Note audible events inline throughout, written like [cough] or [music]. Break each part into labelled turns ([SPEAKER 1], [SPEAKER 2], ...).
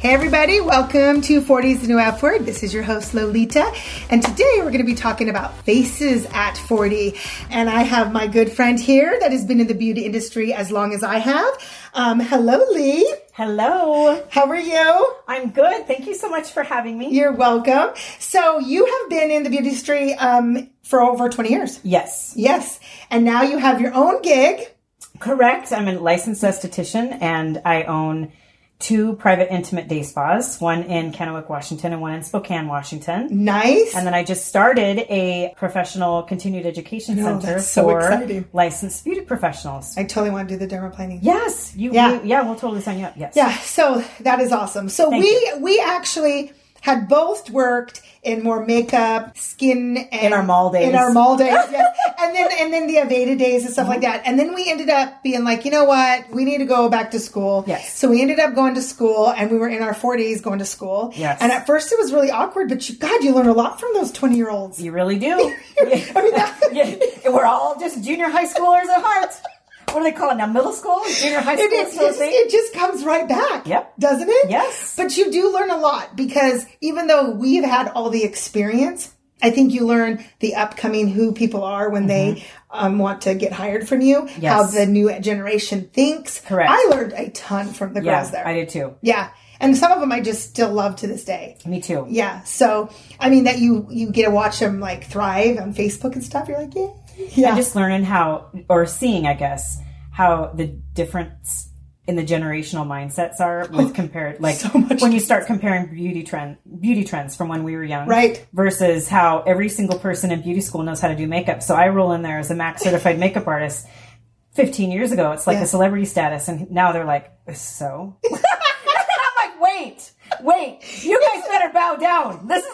[SPEAKER 1] Hey everybody, welcome to 40s the New F Word. This is your host Lolita, and today we're going to be talking about faces at 40. And I have my good friend here that has been in the beauty industry as long as I have. Um, hello, Lee.
[SPEAKER 2] Hello.
[SPEAKER 1] How are you?
[SPEAKER 2] I'm good. Thank you so much for having me.
[SPEAKER 1] You're welcome. So you have been in the beauty industry um, for over 20 years.
[SPEAKER 2] Yes.
[SPEAKER 1] Yes, and now you have your own gig.
[SPEAKER 2] Correct. I'm a licensed esthetician and I own two private intimate day spas, one in Kennewick, Washington and one in Spokane, Washington.
[SPEAKER 1] Nice.
[SPEAKER 2] And then I just started a professional continued education center
[SPEAKER 1] that's so
[SPEAKER 2] for
[SPEAKER 1] exciting.
[SPEAKER 2] licensed beauty professionals.
[SPEAKER 1] I totally want to do the dermaplaning.
[SPEAKER 2] yes. You,
[SPEAKER 1] Yeah.
[SPEAKER 2] yeah. yeah, we'll totally sign you up. Yes.
[SPEAKER 1] Yeah, so that is awesome. So we
[SPEAKER 2] you.
[SPEAKER 1] we actually had both worked in more makeup, skin, and
[SPEAKER 2] our mall days.
[SPEAKER 1] In our mall
[SPEAKER 2] [laughs]
[SPEAKER 1] days, yes. and then and then the Aveda days and stuff like
[SPEAKER 2] Uh-huh.
[SPEAKER 1] that. And then we ended up being like, you know what, we need to go back to school.
[SPEAKER 2] Yes.
[SPEAKER 1] So we ended up going to school, and we were in our forties going to school.
[SPEAKER 2] Yes.
[SPEAKER 1] And at first it was really awkward, but you, God, you learn a lot from those twenty year olds.
[SPEAKER 2] You
[SPEAKER 1] [laughs]
[SPEAKER 2] really do.
[SPEAKER 1] I mean, that,
[SPEAKER 2] [laughs] Yeah, we're all just junior high schoolers at heart. What do they call it now? Middle school, junior high school,
[SPEAKER 1] it, it,
[SPEAKER 2] sort of
[SPEAKER 1] it-
[SPEAKER 2] thing?
[SPEAKER 1] it just comes right back.
[SPEAKER 2] Yep.
[SPEAKER 1] Doesn't it?
[SPEAKER 2] Yes.
[SPEAKER 1] But you do learn a lot because even though we've had all the experience, I think you learn the upcoming who people are when they um, want to get hired from you,
[SPEAKER 2] Mm-hmm. Yes.
[SPEAKER 1] how the new generation thinks.
[SPEAKER 2] Correct.
[SPEAKER 1] I learned a ton from the
[SPEAKER 2] Yeah,
[SPEAKER 1] girls there.
[SPEAKER 2] I did too.
[SPEAKER 1] Yeah. And some of them I just still love to this day.
[SPEAKER 2] Me too.
[SPEAKER 1] Yeah. So, I mean, that you you get to watch them like thrive on Facebook and stuff. You're like, yeah. Yeah.
[SPEAKER 2] I'm just learning how, or seeing, I guess, how the difference in the generational mindsets are with compared, like
[SPEAKER 1] Oh, so much
[SPEAKER 2] when you start comparing beauty trend, beauty trends from when we were young,
[SPEAKER 1] Right.
[SPEAKER 2] Versus how every single person in beauty school knows how to do makeup. So I roll in there as a
[SPEAKER 1] [laughs]
[SPEAKER 2] max certified makeup artist. 15 years ago, it's like
[SPEAKER 1] Yeah.
[SPEAKER 2] a celebrity status, and now they're like,
[SPEAKER 1] [laughs]
[SPEAKER 2] so. And I'm like, wait, wait, you guys better bow down.
[SPEAKER 1] [laughs]
[SPEAKER 2] This is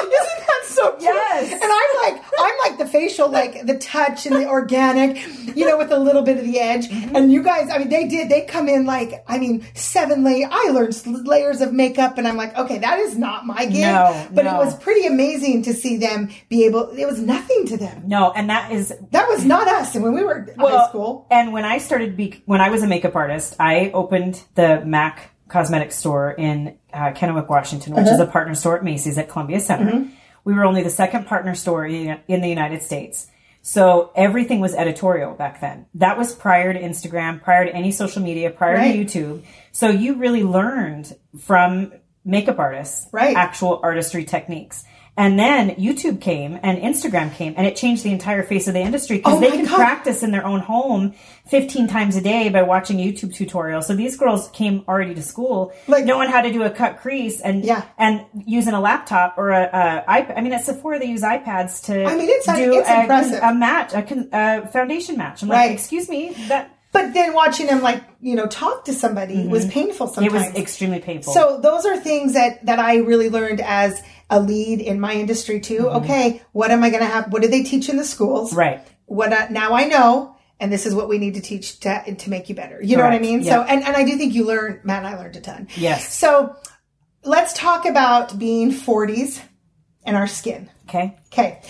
[SPEAKER 1] Isn't that so cute?
[SPEAKER 2] Yes.
[SPEAKER 1] And I'm like, I'm like the facial, like the touch and the organic, you know, with a little bit of the edge.
[SPEAKER 2] Mm-hmm.
[SPEAKER 1] And you guys, I mean, they did, they come in like, I mean, seven layer, I learned s- layers of makeup and I'm like, okay, that is not my gig.
[SPEAKER 2] No,
[SPEAKER 1] but it
[SPEAKER 2] no.
[SPEAKER 1] was pretty amazing to see them be able, it was nothing to them.
[SPEAKER 2] no, and that is
[SPEAKER 1] That was not us. And when we were in high
[SPEAKER 2] Well,
[SPEAKER 1] school,
[SPEAKER 2] And when I started, be- when I was a makeup artist, I opened the MAC cosmetic store in uh, Kennewick, Washington, which is
[SPEAKER 1] Uh-huh.
[SPEAKER 2] a partner store at Macy's at Columbia Center.
[SPEAKER 1] Mm-hmm.
[SPEAKER 2] We were only the second partner store in, in the United States. So everything was editorial back then. That was prior to Instagram, prior to any social media, prior
[SPEAKER 1] Right.
[SPEAKER 2] to YouTube. So you really learned from makeup artists,
[SPEAKER 1] Right.
[SPEAKER 2] actual artistry techniques. And then YouTube came and Instagram came and it changed the entire face of the industry because
[SPEAKER 1] Oh
[SPEAKER 2] they
[SPEAKER 1] my
[SPEAKER 2] can
[SPEAKER 1] God.
[SPEAKER 2] practice in their own home 15 times a day by watching YouTube tutorials. So these girls came already to school
[SPEAKER 1] Like-
[SPEAKER 2] knowing how to do a cut crease and
[SPEAKER 1] Yeah.
[SPEAKER 2] and using a laptop or a, a iPad. I mean, at Sephora they use iPads to
[SPEAKER 1] I mean, it's- uh,
[SPEAKER 2] do
[SPEAKER 1] it's
[SPEAKER 2] a,
[SPEAKER 1] impressive.
[SPEAKER 2] a match, a, con- a foundation match. I'm like,
[SPEAKER 1] Right.
[SPEAKER 2] excuse me, that
[SPEAKER 1] but then watching them like, you know, talk to somebody was painful
[SPEAKER 2] mm-hmm. it was
[SPEAKER 1] sometimes.
[SPEAKER 2] extremely painful.
[SPEAKER 1] So those are things that that I really learned as a lead in my industry too. Okay, what am I going to have? What do they teach in the schools?
[SPEAKER 2] Mm-hmm. right.
[SPEAKER 1] What uh, now I know, and this is what we need to teach to to make you better. You know what I
[SPEAKER 2] Correct.
[SPEAKER 1] mean? So
[SPEAKER 2] Yeah.
[SPEAKER 1] and and I do think you learn, Matt. and I learned a ton.
[SPEAKER 2] Yes.
[SPEAKER 1] So let's talk about being forties and our skin.
[SPEAKER 2] Okay.
[SPEAKER 1] Okay.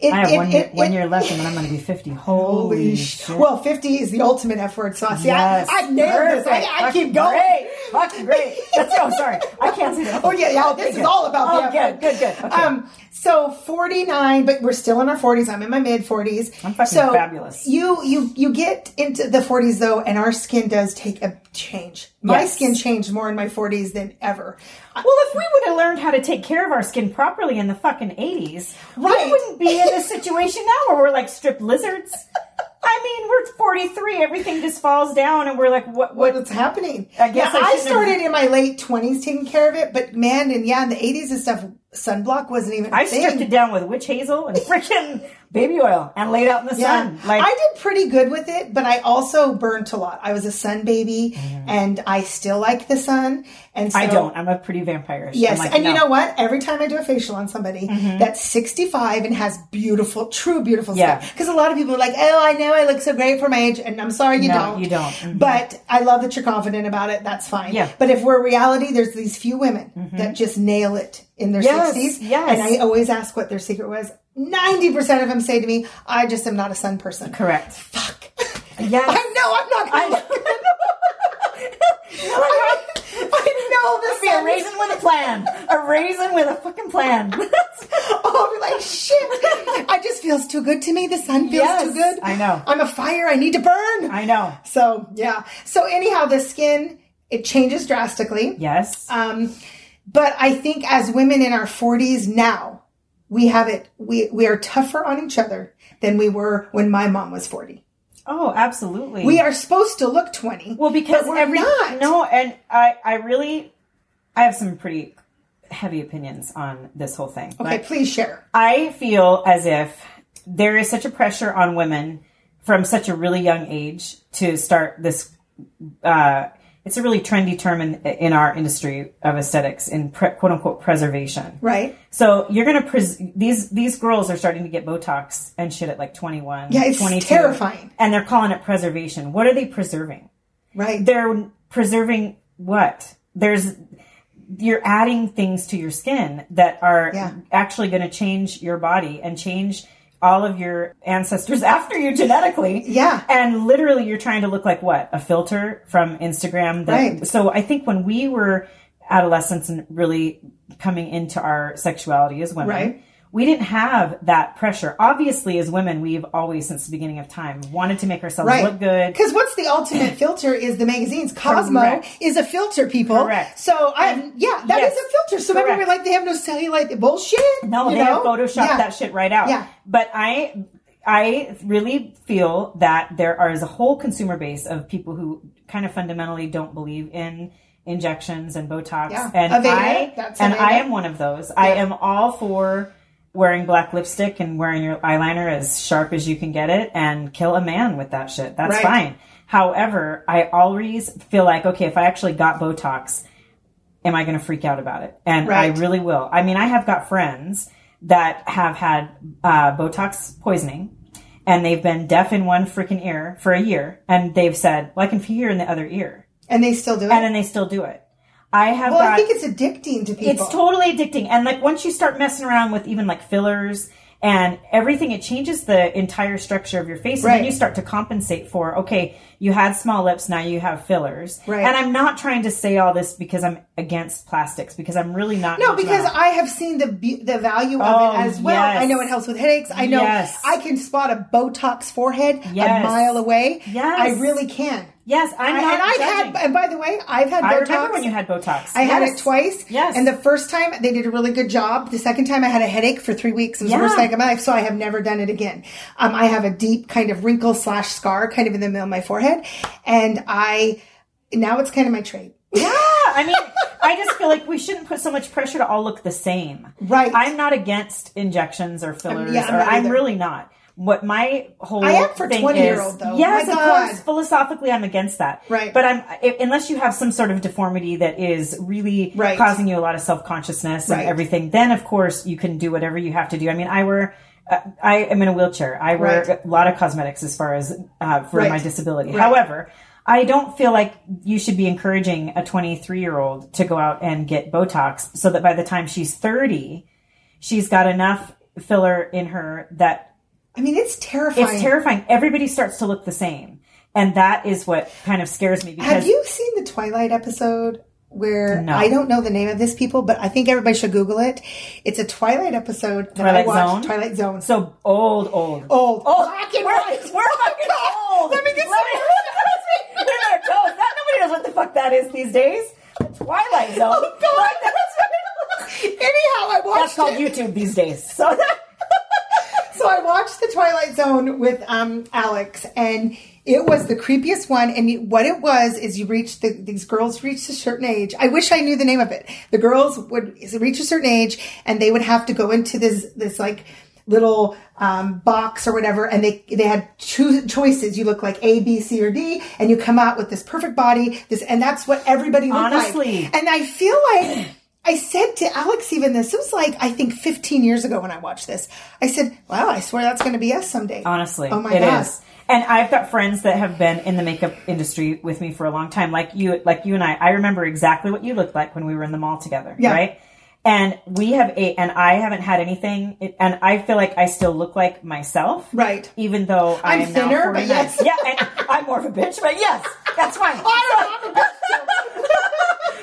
[SPEAKER 1] It,
[SPEAKER 2] I have
[SPEAKER 1] it-
[SPEAKER 2] one year,
[SPEAKER 1] it-
[SPEAKER 2] one
[SPEAKER 1] it-
[SPEAKER 2] year left, and then I'm going to be 50. Holy,
[SPEAKER 1] Holy sh-
[SPEAKER 2] shit!
[SPEAKER 1] Well, 50 is the ultimate F word sauce. Yeah,
[SPEAKER 2] Yes.
[SPEAKER 1] I, I nailed this. I,
[SPEAKER 2] Perfect.
[SPEAKER 1] I keep
[SPEAKER 2] Fucking
[SPEAKER 1] going.
[SPEAKER 2] Great. Fucking great. That's oh, sorry. I can't see [laughs] that.
[SPEAKER 1] Oh yeah, yeah. This is all about
[SPEAKER 2] Oh,
[SPEAKER 1] the
[SPEAKER 2] good,
[SPEAKER 1] effort.
[SPEAKER 2] good, good. Okay.
[SPEAKER 1] Um, so forty nine, but we're still in our forties. I'm in my mid forties.
[SPEAKER 2] I'm fucking
[SPEAKER 1] so
[SPEAKER 2] fabulous.
[SPEAKER 1] You you you get into the forties though, and our skin does take a change. My
[SPEAKER 2] Yes.
[SPEAKER 1] skin changed more in my forties than ever. I-
[SPEAKER 2] Well, if we would have learned how to take care of our skin properly in the fucking 80s,
[SPEAKER 1] Right.
[SPEAKER 2] we wouldn't be in this situation now where we're like stripped lizards. I mean, we're 43, everything just falls down, and we're like, what? what?
[SPEAKER 1] What's happening?
[SPEAKER 2] I guess
[SPEAKER 1] Now,
[SPEAKER 2] I
[SPEAKER 1] I,
[SPEAKER 2] shouldn't have-
[SPEAKER 1] started in my late twenties taking care of it, but man, and yeah, in the eighties and stuff, sunblock wasn't even. a
[SPEAKER 2] I
[SPEAKER 1] thing.
[SPEAKER 2] stripped it down with witch hazel and freaking baby oil and laid out in the sun. Like,
[SPEAKER 1] I did pretty good with it, but I also burnt a lot. I was a sun baby, and I still like the sun. And so,
[SPEAKER 2] Mm-hmm. I don't. I'm Mm-hmm. a pretty vampire.
[SPEAKER 1] Yes, and you know what? Every time I do a facial on somebody that's 65 and has beautiful, true beautiful
[SPEAKER 2] Yeah.
[SPEAKER 1] skin, because a lot of people are like, "Oh, I know I look so great great for my age, and I'm sorry you
[SPEAKER 2] No,
[SPEAKER 1] don't.
[SPEAKER 2] you don't. Mhm.
[SPEAKER 1] But I love that you're confident about it. That's fine.
[SPEAKER 2] Yeah. Mm-hmm.
[SPEAKER 1] But if we're reality, there's these few women that just nail it in their
[SPEAKER 2] Yes,
[SPEAKER 1] 60s.
[SPEAKER 2] yes.
[SPEAKER 1] And I always ask what their secret was. 90% of them say to me, I just am not a sun person.
[SPEAKER 2] Correct. [laughs]
[SPEAKER 1] Fuck. [laughs]
[SPEAKER 2] Yes.
[SPEAKER 1] I know I'm not going to look [laughs] I, know this
[SPEAKER 2] be a raisin with a plan. A raisin with a fucking plan.
[SPEAKER 1] [laughs] Oh, I'll be like, shit. I just feels too good to me. The sun feels
[SPEAKER 2] Yes,
[SPEAKER 1] too good.
[SPEAKER 2] I know.
[SPEAKER 1] I'm a fire. I need to burn.
[SPEAKER 2] [laughs] I know.
[SPEAKER 1] So yeah. So anyhow, the skin it changes drastically.
[SPEAKER 2] Yes.
[SPEAKER 1] Um, but I think as women in our 40s now, we have it. We we are tougher on each other than we were when my mom was 40.
[SPEAKER 2] oh, absolutely.
[SPEAKER 1] We are supposed to look 20.
[SPEAKER 2] Well, because
[SPEAKER 1] but we're
[SPEAKER 2] every
[SPEAKER 1] not.
[SPEAKER 2] no, and I, I really, I have some pretty heavy opinions on this whole thing.
[SPEAKER 1] Okay, please share.
[SPEAKER 2] I feel as if there is such a pressure on women from such a really young age to start this. Uh, it's a really trendy term in, in our industry of aesthetics in pre, quote unquote preservation.
[SPEAKER 1] Right?
[SPEAKER 2] So you're gonna pres- these these girls are starting to get Botox and shit at like 21,
[SPEAKER 1] Yeah, it's
[SPEAKER 2] 22,
[SPEAKER 1] terrifying.
[SPEAKER 2] and they're calling it preservation. What are they preserving?
[SPEAKER 1] Right.
[SPEAKER 2] they're preserving what there's you're adding things to your skin that are
[SPEAKER 1] Yeah.
[SPEAKER 2] actually going to change your body and change all of your ancestors [laughs] after you genetically
[SPEAKER 1] Yeah.
[SPEAKER 2] and literally you're trying to look like what a filter from instagram that,
[SPEAKER 1] Right.
[SPEAKER 2] so i think when we were adolescents and really coming into our sexuality as women
[SPEAKER 1] Right.
[SPEAKER 2] we didn't have that pressure obviously as women we've always since the beginning of time wanted to make ourselves
[SPEAKER 1] Right.
[SPEAKER 2] look good
[SPEAKER 1] Because what's the ultimate filter is the magazines. Cosmo
[SPEAKER 2] Correct.
[SPEAKER 1] is a filter, people.
[SPEAKER 2] Correct.
[SPEAKER 1] So I have, yeah, that is
[SPEAKER 2] Yes.
[SPEAKER 1] a filter. So remember,
[SPEAKER 2] Correct.
[SPEAKER 1] we're like they have no cellulite bullshit.
[SPEAKER 2] No,
[SPEAKER 1] you
[SPEAKER 2] they
[SPEAKER 1] know?
[SPEAKER 2] have photoshopped
[SPEAKER 1] Yeah.
[SPEAKER 2] that shit right out.
[SPEAKER 1] Yeah.
[SPEAKER 2] But I I really feel that there are is a whole consumer base of people who kind of fundamentally don't believe in injections and Botox.
[SPEAKER 1] Yeah.
[SPEAKER 2] And
[SPEAKER 1] Aveda,
[SPEAKER 2] I
[SPEAKER 1] that's
[SPEAKER 2] and
[SPEAKER 1] Aveda.
[SPEAKER 2] I am one of those. I am all for wearing black lipstick and wearing your eyeliner as sharp as you can get it and kill a man with that shit. That's
[SPEAKER 1] Right.
[SPEAKER 2] fine. However, I always feel like okay, if I actually got Botox, am I going to freak out about it? And
[SPEAKER 1] Right.
[SPEAKER 2] I really will. I mean, I have got friends that have had uh, Botox poisoning and they've been deaf in one freaking ear for a year and they've said, well, I can hear in the other ear.
[SPEAKER 1] and they still do it.
[SPEAKER 2] And then they still do it. I have
[SPEAKER 1] well,
[SPEAKER 2] got,
[SPEAKER 1] I think it's addicting to people.
[SPEAKER 2] it's totally addicting. And like once you start messing around with even like fillers and everything, it changes the entire structure of your face. And
[SPEAKER 1] Right.
[SPEAKER 2] then you start to compensate for, okay, you had small lips, now you have fillers.
[SPEAKER 1] Right.
[SPEAKER 2] And I'm not trying to say all this because I'm against plastics, because I'm really not.
[SPEAKER 1] no,
[SPEAKER 2] into
[SPEAKER 1] because
[SPEAKER 2] that.
[SPEAKER 1] I have seen the be- the value of
[SPEAKER 2] Oh,
[SPEAKER 1] it as well.
[SPEAKER 2] yes.
[SPEAKER 1] I know it helps with headaches. I know
[SPEAKER 2] Yes.
[SPEAKER 1] I can spot a Botox forehead
[SPEAKER 2] Yes.
[SPEAKER 1] a mile away.
[SPEAKER 2] Yes.
[SPEAKER 1] I really can.
[SPEAKER 2] yes, I'm
[SPEAKER 1] I-
[SPEAKER 2] not.
[SPEAKER 1] and I've
[SPEAKER 2] judging.
[SPEAKER 1] had, and by the way, I've had
[SPEAKER 2] I
[SPEAKER 1] Botox.
[SPEAKER 2] remember when you had Botox.
[SPEAKER 1] I had
[SPEAKER 2] Yes.
[SPEAKER 1] it twice.
[SPEAKER 2] Yes.
[SPEAKER 1] And the first time they did a really good job. The second time I had a headache for three weeks. It was the
[SPEAKER 2] Yeah.
[SPEAKER 1] worst headache of my life. So I have never done it again. Um, I have a deep kind of wrinkle slash scar kind of in the middle of my forehead. And I, now it's kind of my trait.
[SPEAKER 2] Yeah, I mean, I just feel like we shouldn't put so much pressure to all look the same.
[SPEAKER 1] Right.
[SPEAKER 2] I'm not against injections or fillers.
[SPEAKER 1] yeah, I'm
[SPEAKER 2] or,
[SPEAKER 1] not
[SPEAKER 2] I'm
[SPEAKER 1] either.
[SPEAKER 2] really not. What my whole
[SPEAKER 1] I am for
[SPEAKER 2] thing
[SPEAKER 1] 20 year
[SPEAKER 2] is-
[SPEAKER 1] old, though.
[SPEAKER 2] Yes,
[SPEAKER 1] My
[SPEAKER 2] of
[SPEAKER 1] God.
[SPEAKER 2] course. Philosophically, I'm against that.
[SPEAKER 1] Right.
[SPEAKER 2] But I'm i unless you have some sort of deformity that is really
[SPEAKER 1] Right.
[SPEAKER 2] causing you a lot of self consciousness and
[SPEAKER 1] Right.
[SPEAKER 2] everything, then of course you can do whatever you have to do. I mean, I wear. uh, I am in a wheelchair. I wear
[SPEAKER 1] Right.
[SPEAKER 2] a lot of cosmetics as far as uh, for
[SPEAKER 1] Right.
[SPEAKER 2] my disability. However, I don't feel like you should be encouraging a 23 year old to go out and get Botox so that by the time she's 30, she's got enough filler in her that
[SPEAKER 1] I mean, it's terrifying.
[SPEAKER 2] it's terrifying. Everybody starts to look the same. And that is what kind of scares me because
[SPEAKER 1] Have you seen the Twilight episode where
[SPEAKER 2] No.
[SPEAKER 1] I don't know the name of this people, but I think everybody should Google it. It's a Twilight episode that I
[SPEAKER 2] Twilight
[SPEAKER 1] watched.
[SPEAKER 2] Zone?
[SPEAKER 1] Twilight Zone.
[SPEAKER 2] so old, old.
[SPEAKER 1] old.
[SPEAKER 2] Oh,
[SPEAKER 1] black and
[SPEAKER 2] we're,
[SPEAKER 1] white.
[SPEAKER 2] we're fucking old.
[SPEAKER 1] Let me get
[SPEAKER 2] [laughs]
[SPEAKER 1] some-
[SPEAKER 2] They're their toes. That nobody knows what the fuck that is these days. Twilight Zone.
[SPEAKER 1] Oh, God. Anyhow, I watched
[SPEAKER 2] That's called
[SPEAKER 1] it.
[SPEAKER 2] YouTube these days. [laughs] So
[SPEAKER 1] So I watched The Twilight Zone with um, Alex, and it was the creepiest one. And you- what it was is you reach the, these girls reached a certain age. I wish I knew the name of it. The girls would reach a certain age, and they would have to go into this this like little um, box or whatever, and they they had two choices. You look like A, B, C, or D, and you come out with this perfect body. This and that's what everybody looked
[SPEAKER 2] Honestly.
[SPEAKER 1] like. And I feel like I said to Alex even this, it was like, I think 15 years ago when I watched this. I said, wow, I swear that's going to be us someday.
[SPEAKER 2] Honestly,
[SPEAKER 1] Oh
[SPEAKER 2] it
[SPEAKER 1] my
[SPEAKER 2] is,
[SPEAKER 1] God.
[SPEAKER 2] And I've got friends that have been in the makeup industry with me for a long time, like you, like you and I. I remember exactly what you looked like when we were in the mall together,
[SPEAKER 1] Yeah.
[SPEAKER 2] right? And we have a, and I haven't had anything, it- and I feel like I still look like myself,
[SPEAKER 1] Right.
[SPEAKER 2] Even though
[SPEAKER 1] I'm
[SPEAKER 2] I am now
[SPEAKER 1] thinner, but
[SPEAKER 2] 49.
[SPEAKER 1] yes.
[SPEAKER 2] yeah, and I'm more of a bitch, but yes,
[SPEAKER 1] [laughs]
[SPEAKER 2] that's fine.
[SPEAKER 1] I don't have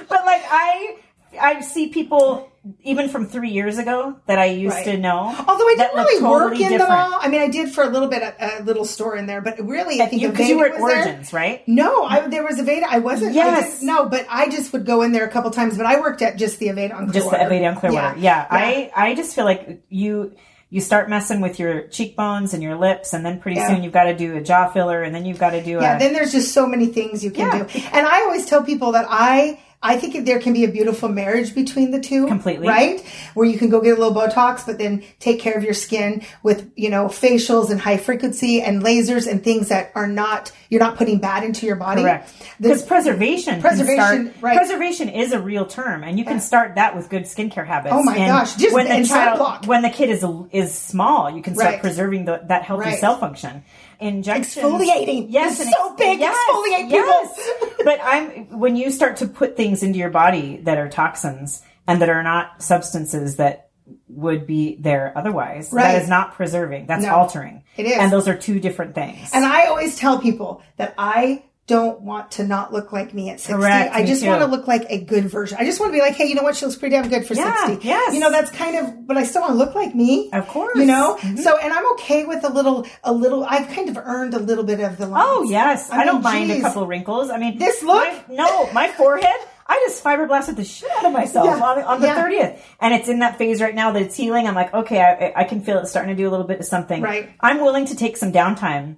[SPEAKER 1] a
[SPEAKER 2] [laughs] but like I, I see people even from three years ago that I used
[SPEAKER 1] Right.
[SPEAKER 2] to know.
[SPEAKER 1] Although I
[SPEAKER 2] that
[SPEAKER 1] didn't
[SPEAKER 2] look
[SPEAKER 1] really work in
[SPEAKER 2] totally
[SPEAKER 1] the
[SPEAKER 2] different.
[SPEAKER 1] mall. I mean, I did for a little bit, a, a little store in there, but really, I think the
[SPEAKER 2] because you
[SPEAKER 1] Veda
[SPEAKER 2] were at
[SPEAKER 1] was there.
[SPEAKER 2] Origins, right?
[SPEAKER 1] No, I, there was Aveda. I wasn't. I
[SPEAKER 2] Yes.
[SPEAKER 1] didn't- no, but I just would go in there a couple times. But I worked at just the Aveda on Clearwater.
[SPEAKER 2] Just the Aveda on Clearwater. Yeah. I, I just feel like you you start messing with your cheekbones and your lips, and then pretty
[SPEAKER 1] Yeah.
[SPEAKER 2] soon you've got to do a jaw filler, and then you've got to do
[SPEAKER 1] Yeah,
[SPEAKER 2] a
[SPEAKER 1] then there's just so many things you can
[SPEAKER 2] Yeah.
[SPEAKER 1] do. And I always tell people that I I think there can be a beautiful marriage between the two.
[SPEAKER 2] Completely.
[SPEAKER 1] Right? Where you can go get a little Botox but then take care of your skin with, you know, facials and high frequency and lasers and things that are not you're not putting bad into your body.
[SPEAKER 2] correct.
[SPEAKER 1] This-
[SPEAKER 2] Because preservation,
[SPEAKER 1] Preservation,
[SPEAKER 2] can start,
[SPEAKER 1] right.
[SPEAKER 2] preservation is a real term, and you can start that with good skincare habits.
[SPEAKER 1] Oh my
[SPEAKER 2] and
[SPEAKER 1] gosh, just-
[SPEAKER 2] when the
[SPEAKER 1] and
[SPEAKER 2] child,
[SPEAKER 1] sunblock.
[SPEAKER 2] when the kid is is small, you can start
[SPEAKER 1] Right.
[SPEAKER 2] preserving the, that healthy
[SPEAKER 1] Right.
[SPEAKER 2] cell function. Injections,
[SPEAKER 1] Exfoliating.
[SPEAKER 2] yes,
[SPEAKER 1] It's
[SPEAKER 2] and
[SPEAKER 1] so big, exfoliate people.
[SPEAKER 2] but I'm when you start to put things into your body that are toxins and that are not substances that would be there otherwise.
[SPEAKER 1] Right.
[SPEAKER 2] That is not preserving. That's altering.
[SPEAKER 1] It is.
[SPEAKER 2] and those are two different things.
[SPEAKER 1] And I always tell people that I don't want to not look like me at 60.
[SPEAKER 2] Correct,
[SPEAKER 1] I
[SPEAKER 2] me
[SPEAKER 1] just
[SPEAKER 2] too.
[SPEAKER 1] want to look like a good version. I just want to be like, hey, you know what? She looks pretty damn good for
[SPEAKER 2] Yeah,
[SPEAKER 1] 60.
[SPEAKER 2] yes.
[SPEAKER 1] You know, that's kind of, but I still want to look like me.
[SPEAKER 2] Of course. Mm-hmm.
[SPEAKER 1] You know? So, and I'm okay with a little, a little, I've kind of earned a little bit of the lines.
[SPEAKER 2] Oh yes, I, don't
[SPEAKER 1] mean,
[SPEAKER 2] mind
[SPEAKER 1] geez.
[SPEAKER 2] a couple wrinkles. I mean,
[SPEAKER 1] This look?
[SPEAKER 2] my- no, my forehead. I just fiberblasted the shit out of myself
[SPEAKER 1] Yeah.
[SPEAKER 2] on, on the
[SPEAKER 1] Yeah.
[SPEAKER 2] thirtieth, and it's in that phase right now that it's healing. I'm like, okay, I, I can feel it starting to do a little bit of something.
[SPEAKER 1] Right.
[SPEAKER 2] I'm willing to take some downtime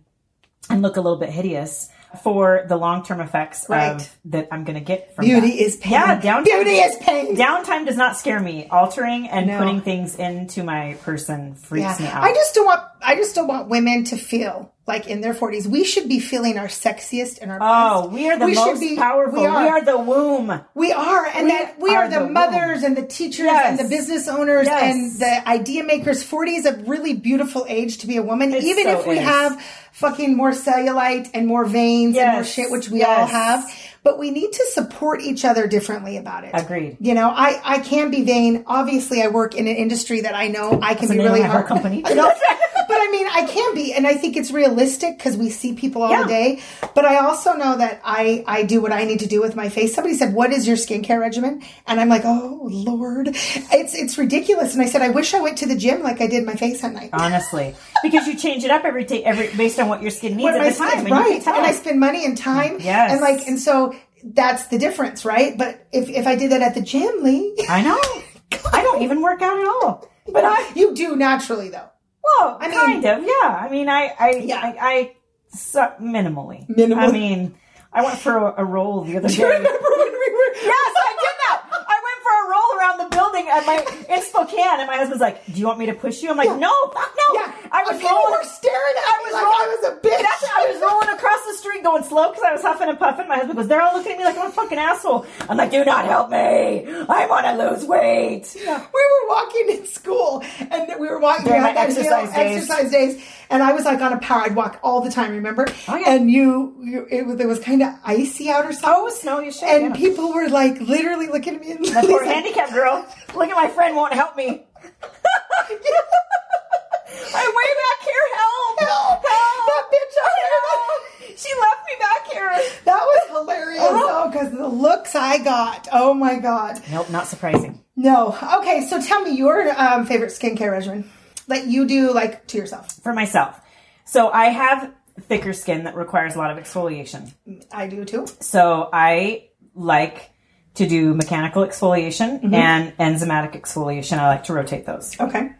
[SPEAKER 2] and look a little bit hideous for the long term effects
[SPEAKER 1] Right.
[SPEAKER 2] of, that I'm going to get from
[SPEAKER 1] Beauty
[SPEAKER 2] that.
[SPEAKER 1] is pain.
[SPEAKER 2] Yeah, downtime.
[SPEAKER 1] Beauty is pain.
[SPEAKER 2] Downtime does not scare me. Altering and
[SPEAKER 1] No.
[SPEAKER 2] putting things into my person freaks me out.
[SPEAKER 1] I just don't want I just don't want women to feel like in their 40s we should be feeling our sexiest and our
[SPEAKER 2] oh,
[SPEAKER 1] best.
[SPEAKER 2] we are the
[SPEAKER 1] We should
[SPEAKER 2] most
[SPEAKER 1] be-
[SPEAKER 2] powerful.
[SPEAKER 1] We are.
[SPEAKER 2] we are the womb.
[SPEAKER 1] We are, and that we are,
[SPEAKER 2] are
[SPEAKER 1] the,
[SPEAKER 2] the
[SPEAKER 1] mothers and the teachers
[SPEAKER 2] Yes.
[SPEAKER 1] and the business owners
[SPEAKER 2] Yes.
[SPEAKER 1] and the idea makers. Forty is a really beautiful age to be a woman, even
[SPEAKER 2] so
[SPEAKER 1] if we
[SPEAKER 2] is.
[SPEAKER 1] have fucking more cellulite and more veins and more
[SPEAKER 2] Yes.
[SPEAKER 1] shit, which we
[SPEAKER 2] Yes.
[SPEAKER 1] all have. But we need to support each other differently about it.
[SPEAKER 2] Agreed.
[SPEAKER 1] You know, I I can be vain. Obviously, I work in an industry that I know I can be
[SPEAKER 2] the name
[SPEAKER 1] really
[SPEAKER 2] of my
[SPEAKER 1] hard.
[SPEAKER 2] whole company.
[SPEAKER 1] [laughs] I
[SPEAKER 2] [laughs]
[SPEAKER 1] know. but I mean, I can be, and I think it's realistic because we see people all
[SPEAKER 2] Yeah.
[SPEAKER 1] day. But I also know that I I do what I need to do with my face. Somebody said, "What is your skincare regimen?" And I'm like, "Oh Lord, it's it's ridiculous." And I said, "I wish I went to the gym like I did my face at
[SPEAKER 2] Ah,
[SPEAKER 1] night."
[SPEAKER 2] honestly, because you change it up every day, every based on what your skin needs
[SPEAKER 1] What
[SPEAKER 2] at
[SPEAKER 1] my
[SPEAKER 2] the time,
[SPEAKER 1] skin-
[SPEAKER 2] and you
[SPEAKER 1] right?
[SPEAKER 2] can tell.
[SPEAKER 1] And I spend money and time.
[SPEAKER 2] Yes.
[SPEAKER 1] and like and so that's the difference, right? But if if I did that at the gym, Lee,
[SPEAKER 2] I know.
[SPEAKER 1] [laughs]
[SPEAKER 2] I don't even work out at all, but [laughs] I
[SPEAKER 1] you do naturally though.
[SPEAKER 2] well,
[SPEAKER 1] I mean-
[SPEAKER 2] kind of, yeah. I mean, I, I,
[SPEAKER 1] Yeah.
[SPEAKER 2] I, I suck minimally.
[SPEAKER 1] Minimal.
[SPEAKER 2] I mean, I went for a, a roll
[SPEAKER 1] [laughs]
[SPEAKER 2] the other day.
[SPEAKER 1] Do you remember when we [laughs] were?
[SPEAKER 2] Yes, I did that. I went for a roll around the building at my in Spokane, and my husband's like, "Do you want me to push you?" I'm like, "No, fuck no."
[SPEAKER 1] Yeah,
[SPEAKER 2] I was
[SPEAKER 1] people
[SPEAKER 2] rolling.
[SPEAKER 1] were staring at
[SPEAKER 2] I
[SPEAKER 1] me
[SPEAKER 2] was
[SPEAKER 1] like
[SPEAKER 2] rolling.
[SPEAKER 1] I was a bitch.
[SPEAKER 2] That's- I was rolling across the street going slow because I was huffing and puffing. My husband goes, "They're all looking at me like I'm a fucking asshole." I'm like, "Do not help me. I want to lose weight."
[SPEAKER 1] we were walking in school and we were walking
[SPEAKER 2] During
[SPEAKER 1] we had
[SPEAKER 2] my
[SPEAKER 1] that heel-
[SPEAKER 2] exercise days.
[SPEAKER 1] exercise days and I was like on a power I'd walk all the time remember
[SPEAKER 2] Oh, yeah.
[SPEAKER 1] and you, you it, was- it was kind of icy out or something
[SPEAKER 2] Oh, snowy as shit.
[SPEAKER 1] and
[SPEAKER 2] yeah.
[SPEAKER 1] people were like literally looking at me and
[SPEAKER 2] That poor
[SPEAKER 1] Lee's like,
[SPEAKER 2] handicapped girl. Look at my friend won't help me. [laughs] I way back here. Help!
[SPEAKER 1] Help! That bitch out
[SPEAKER 2] Help! [laughs] She left me back here.
[SPEAKER 1] that was hilarious
[SPEAKER 2] Uh-huh.
[SPEAKER 1] oh because the looks I got oh my god
[SPEAKER 2] Nope, not surprising.
[SPEAKER 1] no okay so tell me your um, favorite skincare regimen that you do like to yourself
[SPEAKER 2] For myself. So I have thicker skin that requires a lot of exfoliation.
[SPEAKER 1] I do too
[SPEAKER 2] So I like to do mechanical exfoliation and enzymatic exfoliation. I like to rotate those.
[SPEAKER 1] okay